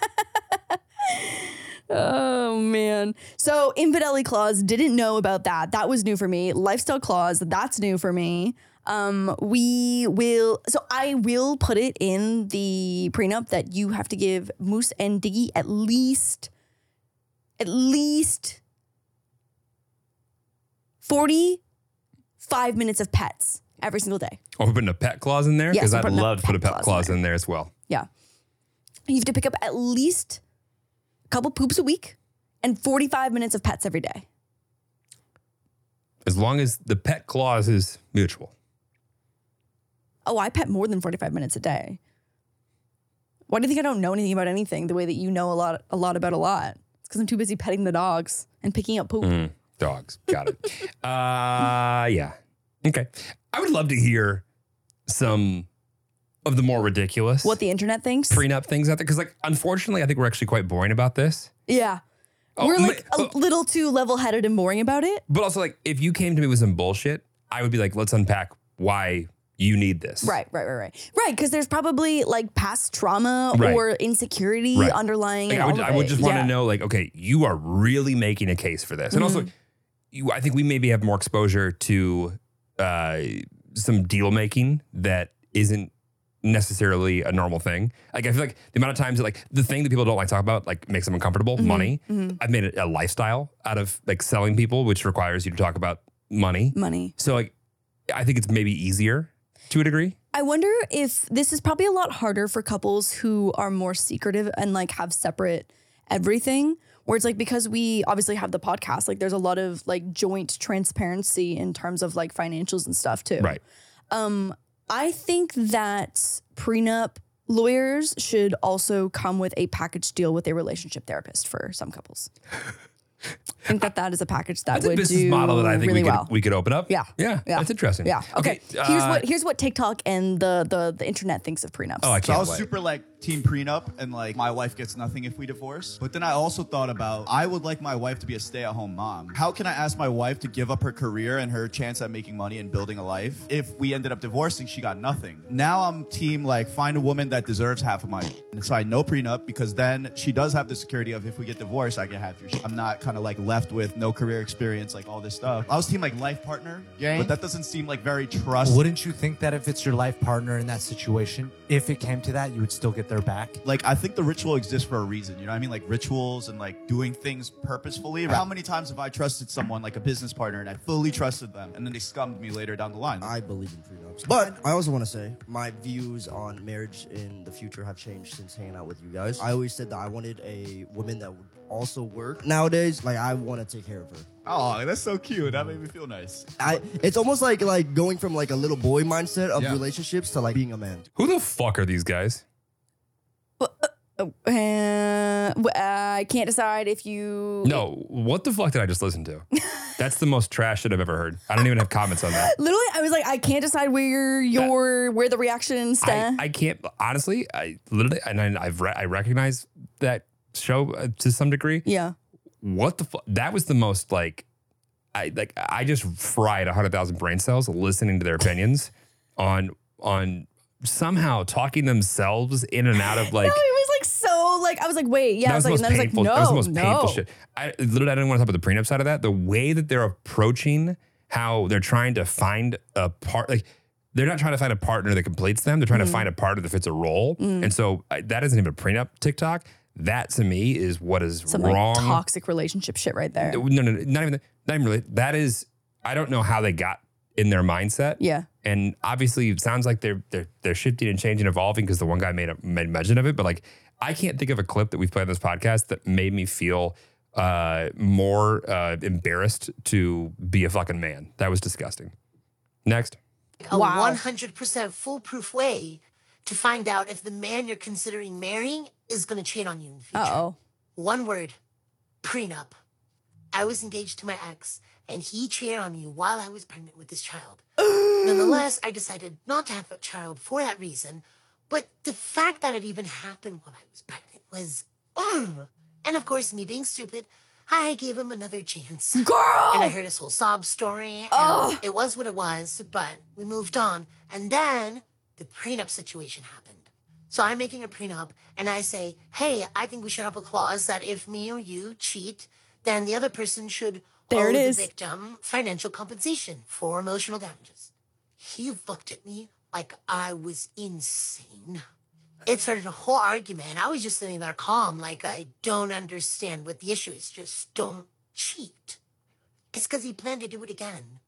S2: Oh man. So infidelity clause didn't know about that. That was new for me. Lifestyle clause, that's new for me. Um we will so I will put it in the prenup that you have to give Moose and Diggy at least at least 45 minutes of pets every single day.
S3: Are we putting a pet clause in there?
S2: Yes,
S3: Because
S2: we're
S3: I'd
S2: putting a
S3: love to put a
S2: pet
S3: pet
S2: clause
S3: clause
S2: in
S3: in there as well.
S2: Yeah. You have to pick up at least a couple poops a week and 45 minutes of pets every day.
S3: As long as the pet clause is mutual.
S2: Oh, I pet more than 45 minutes a day. Why do you think I don't know anything about anything the way that you know a lot a lot about a lot? It's because I'm too busy petting the dogs and picking up poop.
S3: Mm, dogs. Got it. uh yeah. Okay. I would love to hear some of the more ridiculous
S2: What the internet thinks?
S3: prenup things out there. Cause like unfortunately I think we're actually quite boring about this.
S2: yeah.
S3: Oh,
S2: We're
S3: ma-
S2: like a little too level headed and boring about it.
S3: But also, like, if you came to me with some bullshit, I would be like, let's unpack why you need this.
S2: Right, right, right, right. Right, because there's probably like past trauma
S3: Right.
S2: or insecurity
S3: Right.
S2: underlying.
S3: Like,
S2: in
S3: I would,
S2: all of
S3: I would
S2: it.
S3: just want to
S2: Yeah.
S3: know, like, okay, you are really making a case for this. And also,
S2: Mm-hmm.
S3: you, I think we maybe have more exposure to uh, some deal making that isn't necessarily a normal thing. Like, I feel like the amount of times that, like, the thing that people don't like to talk about, like, makes them uncomfortable
S2: Mm-hmm.
S3: money. I've made it a lifestyle out of, like, selling people, which requires you to talk about money.
S2: money.
S3: So, like, I think it's maybe easier to a degree.
S2: I wonder if this is probably a lot harder for couples who are more secretive and like have separate everything. Where it's like because we obviously have the podcast, like there's a lot of like joint transparency in terms of like financials and stuff too.
S3: Right.
S2: Um, I think that prenup lawyers should also come with a package deal with a relationship therapist for some couples. I think that that is a package that
S3: That's a
S2: would
S3: business
S2: do
S3: model that I think
S2: really
S3: we could
S2: well.
S3: we could open up.
S2: Yeah.
S3: yeah,
S2: Yeah.
S3: that's interesting.
S2: yeah. Okay. here's
S3: uh,
S2: what here's what TikTok and the the the internet thinks of prenups.
S3: Oh, I
S7: So I
S3: can't
S7: was
S3: wait.
S7: super like team prenup and like my wife gets nothing if we divorce. But then I also thought about I would like my wife to be a stay at home mom. How can I ask my wife to give up her career and her chance at making money and building a life if we ended up divorcing? She got nothing. Now I'm team like find a woman that deserves half of mine. And so I no prenup because then she does have the security of if we get divorced, I get half your shit. I'm not kind of like left with no career experience, like all this stuff. I was team like life partner,
S8: Gang?
S7: but that doesn't seem like very trust.
S8: Wouldn't you think that if it's your life partner in that situation, if it came to that, you would still get their back.
S7: Like I think the ritual exists for a reason. You know what I mean? Like rituals and like doing things purposefully. How many times have I trusted someone like a business partner and I fully trusted them and then they scummed me later down the line?
S9: I believe in prenups. But I also want to say my views on marriage in the future have changed since hanging out with you guys. I always said that I wanted a woman that would also work. Nowadays, like I want to take care of her.
S7: oh, that's so cute. That made me feel nice.
S9: I, it's almost like like going from like a little boy mindset of
S7: Yeah.
S9: relationships to like being a man.
S3: Who the fuck are these guys?
S2: Oh, uh, w- uh, I can't decide if you.
S3: No, what the fuck did I just listen to? That's the most trash that I've ever heard. I don't even have comments on that.
S2: Literally, I was like, I can't decide where your where the reaction
S3: I,
S2: stand.
S3: I can't honestly. I literally, and I, I've re- I recognize that show uh, to some degree.
S2: yeah.
S3: What the fuck? That was the most like, I like I just fried hundred thousand brain cells listening to their opinions on on somehow talking themselves in and out of like.
S2: no, it was like so like I was like, wait, yeah. I was
S3: the
S2: like, and
S3: most
S2: then I was like,
S3: painful-
S2: no,
S3: that was the most
S2: no.
S3: painful shit. I literally I didn't want to talk about the prenup side of that. The way that they're approaching how they're trying to find a part, like they're not trying to find a partner that completes them. They're trying
S2: Mm.
S3: to find a partner that fits a role. And so I, that isn't even a prenup TikTok. That to me is what is
S2: Some
S3: wrong.
S2: like toxic relationship shit right there.
S3: no, no, no, not even not even really. That is I don't know how they got in their mindset.
S2: Yeah.
S3: And obviously, it sounds like they're they're they're shifting and changing, evolving because the one guy made a made mention of it. But like, I can't think of a clip that we've played on this podcast that made me feel uh, more uh, embarrassed to be a fucking man. That was disgusting. Next,
S10: a
S2: Wow.
S10: 100% foolproof way to find out if the man you're considering marrying is going to cheat on you in the future.
S2: Uh oh.
S10: One word prenup. I was engaged to my ex, and he cheated on me while I was pregnant with this child. Nonetheless, I decided not to have a child for that reason, but the fact that it even happened while I was pregnant was. Ugh. And of course, me being stupid, I gave him another chance. And I
S2: Girl.
S10: heard his whole sob story. And
S2: Ugh.
S10: It was what it was, but we moved on. And then the prenup situation happened. So I'm making a prenup and I say, hey, I think we should have a clause that if me or you cheat, then the other person should
S2: There
S10: owe
S2: it
S10: Oh, the
S2: is.
S10: victim financial compensation for emotional damages. He looked at me like I was insane. It started a whole argument. I was just sitting there calm, like I don't understand what the issue is. Just don't cheat. It's because he planned to do it again.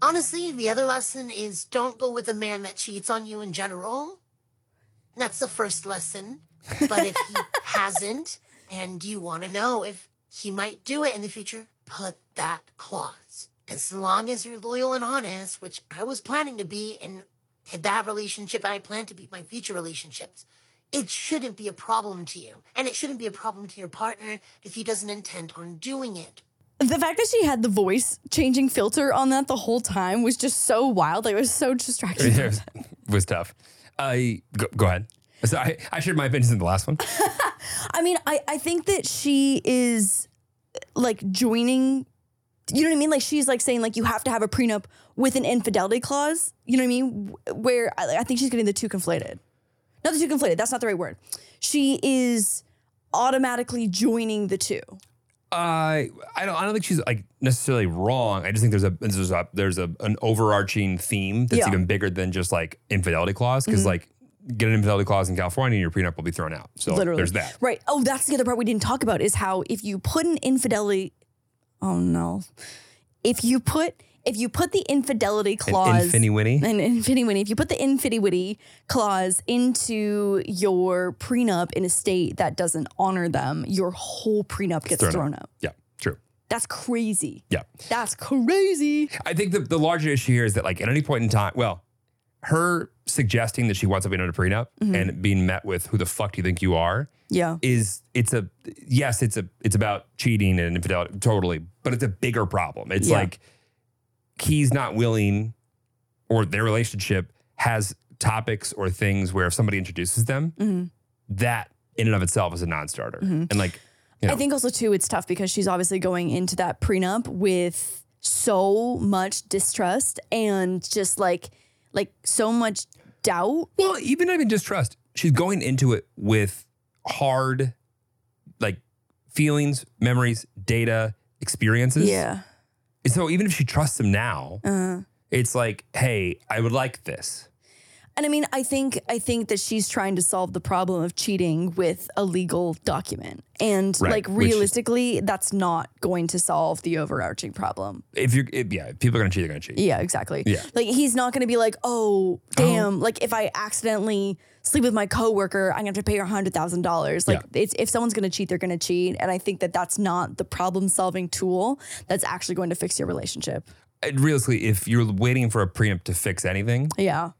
S10: Honestly, the other lesson is don't go with a man that cheats on you in general. That's the first lesson. But if he hasn't, and you want to know if he might do it in the future, put that clause. As long as you're loyal and honest, which I was planning to be, and that relationship I plan to be my future relationships, it shouldn't be a problem to you. And it shouldn't be a problem um, to your partner if he doesn't intend on doing it.
S2: The fact that she had the voice changing filter on that the whole time was just so wild. Like it was so distracting.
S3: it was, was tough. I go, go ahead. So I, I shared my opinions in the last one.
S2: I mean, I, I think that she is like joining, you know what I mean? Like she's like saying like you have to have a prenup with an infidelity clause. You know what I mean? Wh- Where I, I think she's getting the two conflated. Not the two conflated. That's not the right word. She is automatically joining the two.
S3: Uh, I don't. I don't think she's like necessarily wrong. I just think there's a there's a there's a an overarching theme that's
S2: Yeah. Mm-hmm.
S3: even bigger than just like infidelity clause. Because like, get an infidelity clause in California, and your prenup will be thrown out. So
S2: Literally.
S3: there's that.
S2: Right. Oh, that's the other part we didn't talk about is how if you put an infidelity, oh no, if you put if you put the infidelity clause,
S3: Infini Winnie.
S2: an infinity witty. If you put the infinity witty clause into your prenup in a state that doesn't honor them, your whole prenup gets
S3: thrown
S2: thrown,
S3: out.
S2: up.
S3: Yeah, true.
S2: That's crazy.
S3: Yeah.
S2: That's crazy.
S3: I think the, the larger issue here is that like at any point in time, well, her suggesting that she wants something under prenup
S2: Mm-hmm.
S3: and being met with who the fuck do you think you are
S2: Yeah.
S3: is it's a yes, it's a it's about cheating and infidelity totally, but it's a bigger problem. It's
S2: Yeah.
S3: like he's not willing or their relationship has topics or things where if somebody introduces them,
S2: Mhm.
S3: that in and of itself is a non-starter.
S2: Mm-hmm.
S3: And like you know,
S2: I think also too, it's tough because she's obviously going into that prenup with so much distrust and just like like so much doubt.
S3: Well, even not even just trust. She's going into it with hard, like feelings, memories, data, experiences. And so even if she trusts him now,
S2: Uh,
S3: it's like, hey, I would like this.
S2: And I mean, I think I think that she's trying to solve the problem of cheating with a legal document. And
S3: Right,
S2: like
S3: which-
S2: realistically, that's not going to solve the overarching problem.
S3: If you're, if, yeah, if people are gonna cheat. They're gonna cheat.
S2: Yeah, exactly.
S3: Yeah.
S2: Like he's not going to be like, "Oh, damn, like if I accidentally sleep with my coworker, I'm going to have to pay her $100,000." Like it's, if someone's going to cheat, they're going to cheat, and I think that that's not the problem-solving tool that's actually going to fix your relationship.
S3: Uh, Realistically, if you're waiting for a preempt to fix anything,
S2: Yeah.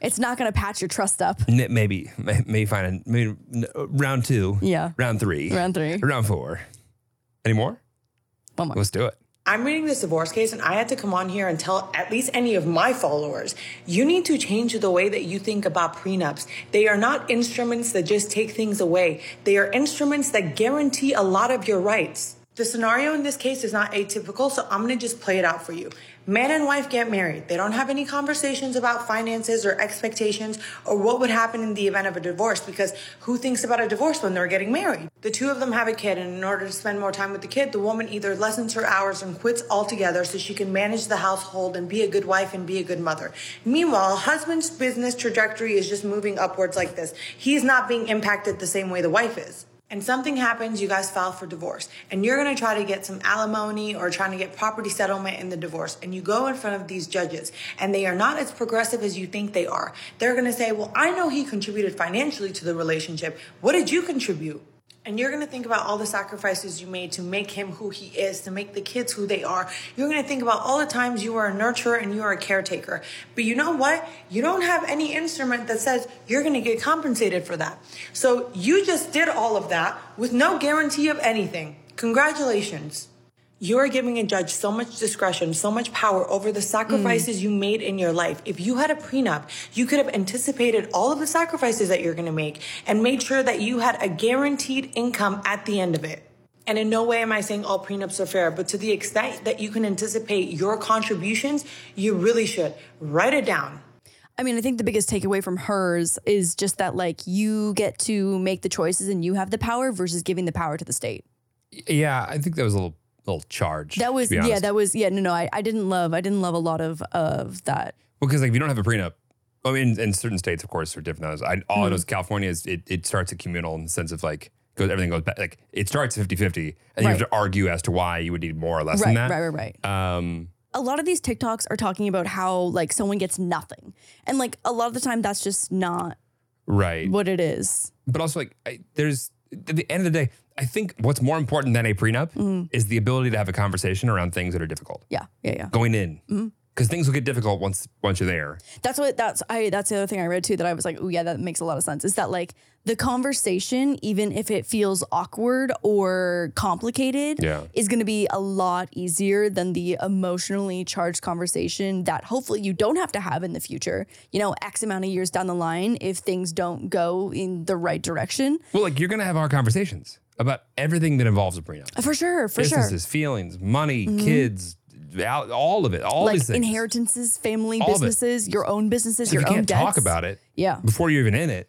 S2: It's not going to patch your trust up.
S3: N- maybe may, may find a maybe, n- uh, round two.
S2: Yeah.
S3: Round three.
S2: Round three.
S3: Round four. Any more?
S2: One more.
S3: Let's do it.
S8: I'm reading this divorce case and I had to come on here and tell at least any of my followers, you need to change the way that you think about prenups. They are not instruments that just take things away. They are instruments that guarantee a lot of your rights. The scenario in this case is not atypical, so I'm gonna just play it out for you. Man and wife get married. They don't have any conversations about finances or expectations or what would happen in the event of a divorce because who thinks about a divorce when they're getting married? The two of them have a kid, and in order to spend more time with the kid, the woman either lessens her hours and quits altogether so she can manage the household and be a good wife and be a good mother. Meanwhile, husband's business trajectory is just moving upwards like this. He's not being impacted the same way the wife is and something happens, you guys file for divorce, and you're gonna try to get some alimony or trying to get property settlement in the divorce, and you go in front of these judges, and they are not as progressive as you think they are. They're gonna say, Well, I know he contributed financially to the relationship. What did you contribute? And you're gonna think about all the sacrifices you made to make him who he is, to make the kids who they are. You're gonna think about all the times you were a nurturer and you were a caretaker. But you know what? You don't have any instrument that says you're gonna get compensated for that. So you just did all of that with no guarantee of anything. Congratulations. You are giving a judge so much discretion, so much power over the sacrifices you made in your life. If you had a prenup, you could have anticipated all of the sacrifices that you're going to make and made sure that you had a guaranteed income at the end of it. And in no way am I saying all prenups are fair, but to the extent that you can anticipate your contributions, you really should. Write it down.
S2: I mean, I think the biggest takeaway from hers is just that like you get to make the choices and you have the power versus giving the power to the state.
S3: Yeah, I think that was a little little charge.
S2: That was
S3: to be
S2: yeah,
S3: honest.
S2: that was yeah, no no, I, I didn't love I didn't love a lot of of that.
S3: Well, because like if you don't have a prenup, I mean, in certain states, of course, are different than others. I, all
S2: Hmm.
S3: I know is California is it, it starts a communal in the sense of like goes everything goes back like it starts 50 50 and you have
S2: Right.
S3: to argue as to why you would need more or less
S2: right,
S3: than that.
S2: right, right, right.
S3: Um,
S2: A lot of these TikToks are talking about how like someone gets nothing. And like a lot of the time that's just not
S3: right.
S2: what it is.
S3: But also like I, there's at the end of the day, I think what's more important than a prenup
S2: Mhm.
S3: is the ability to have a conversation around things that are difficult
S2: Yeah, yeah, yeah.
S3: going in
S2: Mhm.
S3: because things will get difficult once once you're there.
S2: That's what that's I that's the other thing I read too that I was like, oh yeah, that makes a lot of sense. Is that like the conversation, even if it feels awkward or complicated,
S3: Yeah.
S2: is gonna be a lot easier than the emotionally charged conversation that hopefully you don't have to have in the future, you know, X amount of years down the line if things don't go in the right direction.
S3: Well, like you're gonna have hard conversations about everything that involves a prenup.
S2: For sure, Uh, for sure.
S3: businesses, feelings, money,
S2: Mhm.
S3: kids, al- all of it, all
S2: like
S3: these things.
S2: inheritances, family
S3: All of it.
S2: businesses, your own businesses,
S3: So
S2: your
S3: if you
S2: own
S3: can't
S2: debts.
S3: talk about it
S2: Yeah.
S3: before you're even in it.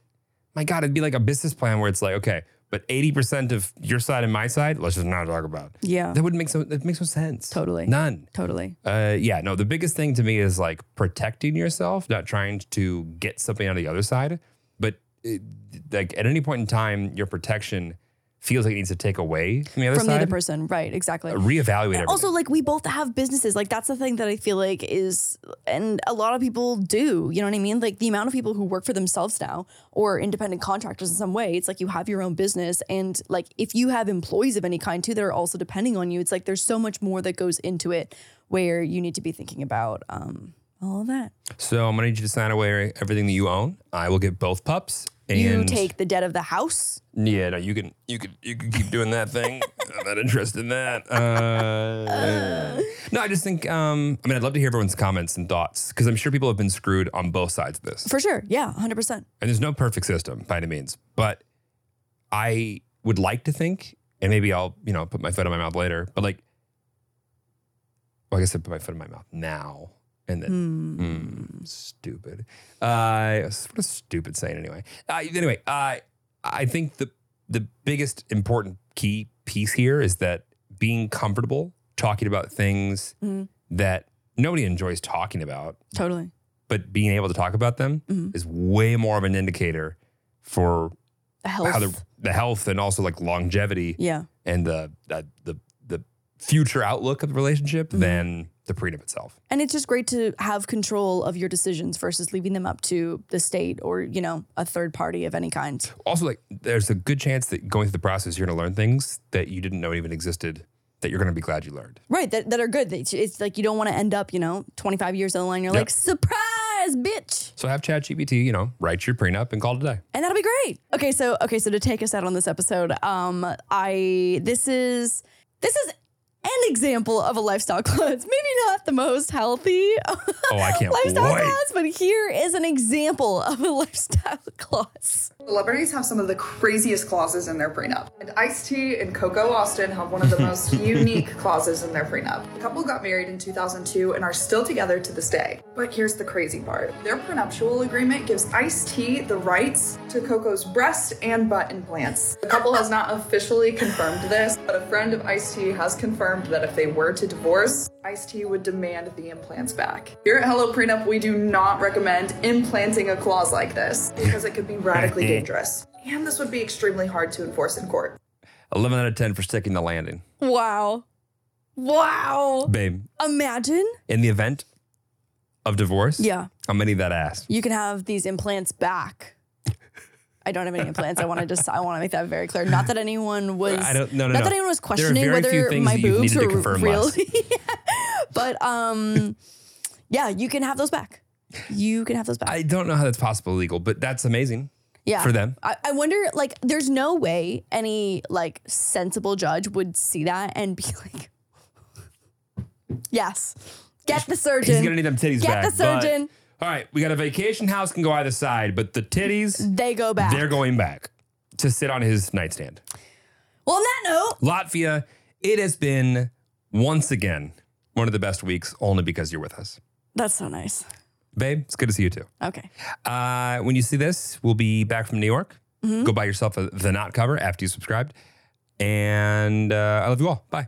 S3: My God, it'd be like a business plan where it's like, okay, but eighty percent of your side and my side, let's just not talk about.
S2: Yeah.
S3: That wouldn't make so. That makes no sense.
S2: Totally.
S3: None.
S2: Totally.
S3: Uh, yeah, no. The biggest thing to me is like protecting yourself, not trying to get something on the other side. But it, like at any point in time, your protection feels like it needs to take away from the other
S2: From the
S3: side. Uh,
S2: other person. Right, exactly.
S3: Reevaluate
S2: And
S3: everything.
S2: also, like we both have businesses. Like that's the thing that I feel like is, and a lot of people do. You know what I mean? Like the amount of people who work for themselves now or independent contractors in some way. It's like you have your own business, and like if you have employees of any kind too that are also depending on you, it's like there's so much more that goes into it where you need to be thinking about um, all of that.
S3: So I'm gonna need you to sign away everything that you own. I will get both pups. And
S2: you take the debt of the house.
S3: Yeah, no, you can you can you can keep doing that thing. I'm not interested in that. Uh, no, I just think um I mean I'd love to hear everyone's comments and thoughts because I'm sure people have been screwed on both sides of this.
S2: For sure. Yeah, 100%.
S3: And there's no perfect system by any means, but I would like to think, and maybe I'll, you know, put my foot in my mouth later, but like well, I guess I put my foot in my mouth now. And then
S2: Hmm.
S3: Mm, stupid. Uh, it's what a stupid saying, anyway. Uh, anyway, I I think the the biggest important key piece here is that being comfortable talking about things
S2: Mhm.
S3: that nobody enjoys talking about
S2: Totally.
S3: but being able to talk about them
S2: Mhm.
S3: is way more of an indicator for
S2: The
S3: how
S2: health.
S3: the, the health and also like longevity
S2: yeah.
S3: and the the the, the future outlook of the relationship
S2: Mm-hmm.
S3: than the prenup itself.
S2: And it's just great to have control of your decisions versus leaving them up to the state or, you know, a third party of any kind.
S3: Also, like there's a good chance that going through the process, you're going to learn things that you didn't know even existed that you're going to be glad you learned.
S2: Right, that, that are good. It's, it's like you don't want to end up, you know, 25 years down the line, you're
S3: Yep.
S2: like, surprise, bitch.
S3: So have ChatGPT, you know, write your prenup and call it a day.
S2: And that'll be great. Okay, so okay, so to take us out on this episode, um, I this is this is an example of a lifestyle cleanse. Maybe not the most healthy
S3: Oh, I can't
S2: lifestyle
S3: wait.
S2: cleanse, but here is an example of a lifestyle clause.
S11: Celebrities have some of the craziest clauses in their prenup. And Ice-T and Coco Austin have one of the most unique clauses in their prenup. The couple got married in 2002 and are still together to this day. But here's the crazy part. Their prenuptial agreement gives Ice-T the rights to Coco's breast and butt implants. The couple has not officially confirmed this, but a friend of Ice-T has confirmed that if they were to divorce, Ice-T would demand the implants back. Here at Hello Prenup, we do not recommend implanting a clause like this because it could be radically dangerous. And this would be extremely hard to enforce in court.
S3: 11 out of 10 for sticking the landing.
S2: Wow. Wow.
S3: Babe,
S2: Imagine
S3: in the event of divorce,
S2: Yeah.
S3: how many that ass?
S2: you can have these implants back. I don't have any implants. I want to just I want to make that very clear. Not that anyone was
S3: I don't- no, no,
S2: not
S3: no.
S2: that anyone was
S3: There are
S2: questioning
S3: very few
S2: whether
S3: things
S2: my
S3: that you've
S2: boobs
S3: needed to
S2: were
S3: confirm
S2: real.
S3: less.
S2: Yeah. But um yeah, you can have those back. You can have those back.
S3: I don't know how that's possible legal, but that's amazing.
S2: Yeah.
S3: For them.
S2: I, I wonder, like, there's no way any like sensible judge would see that and be like, Yes. Get the surgeon.
S3: He's gonna need them titties
S2: Get
S3: back.
S2: the
S3: but-
S2: surgeon.
S3: all right, we got a vacation house can go either side, but the titties,
S2: They go back.
S3: they're going back to sit on his nightstand.
S2: well, on that note,
S3: Latvia, it has been once again one of the best weeks, only because you're with us.
S2: that's so nice.
S3: Babe, it's good to see you too.
S2: Okay.
S3: Uh, when you see this, we'll be back from New York.
S2: Mhm.
S3: Go buy yourself a, the Knot cover after you subscribed. And uh, I love you all. Bye.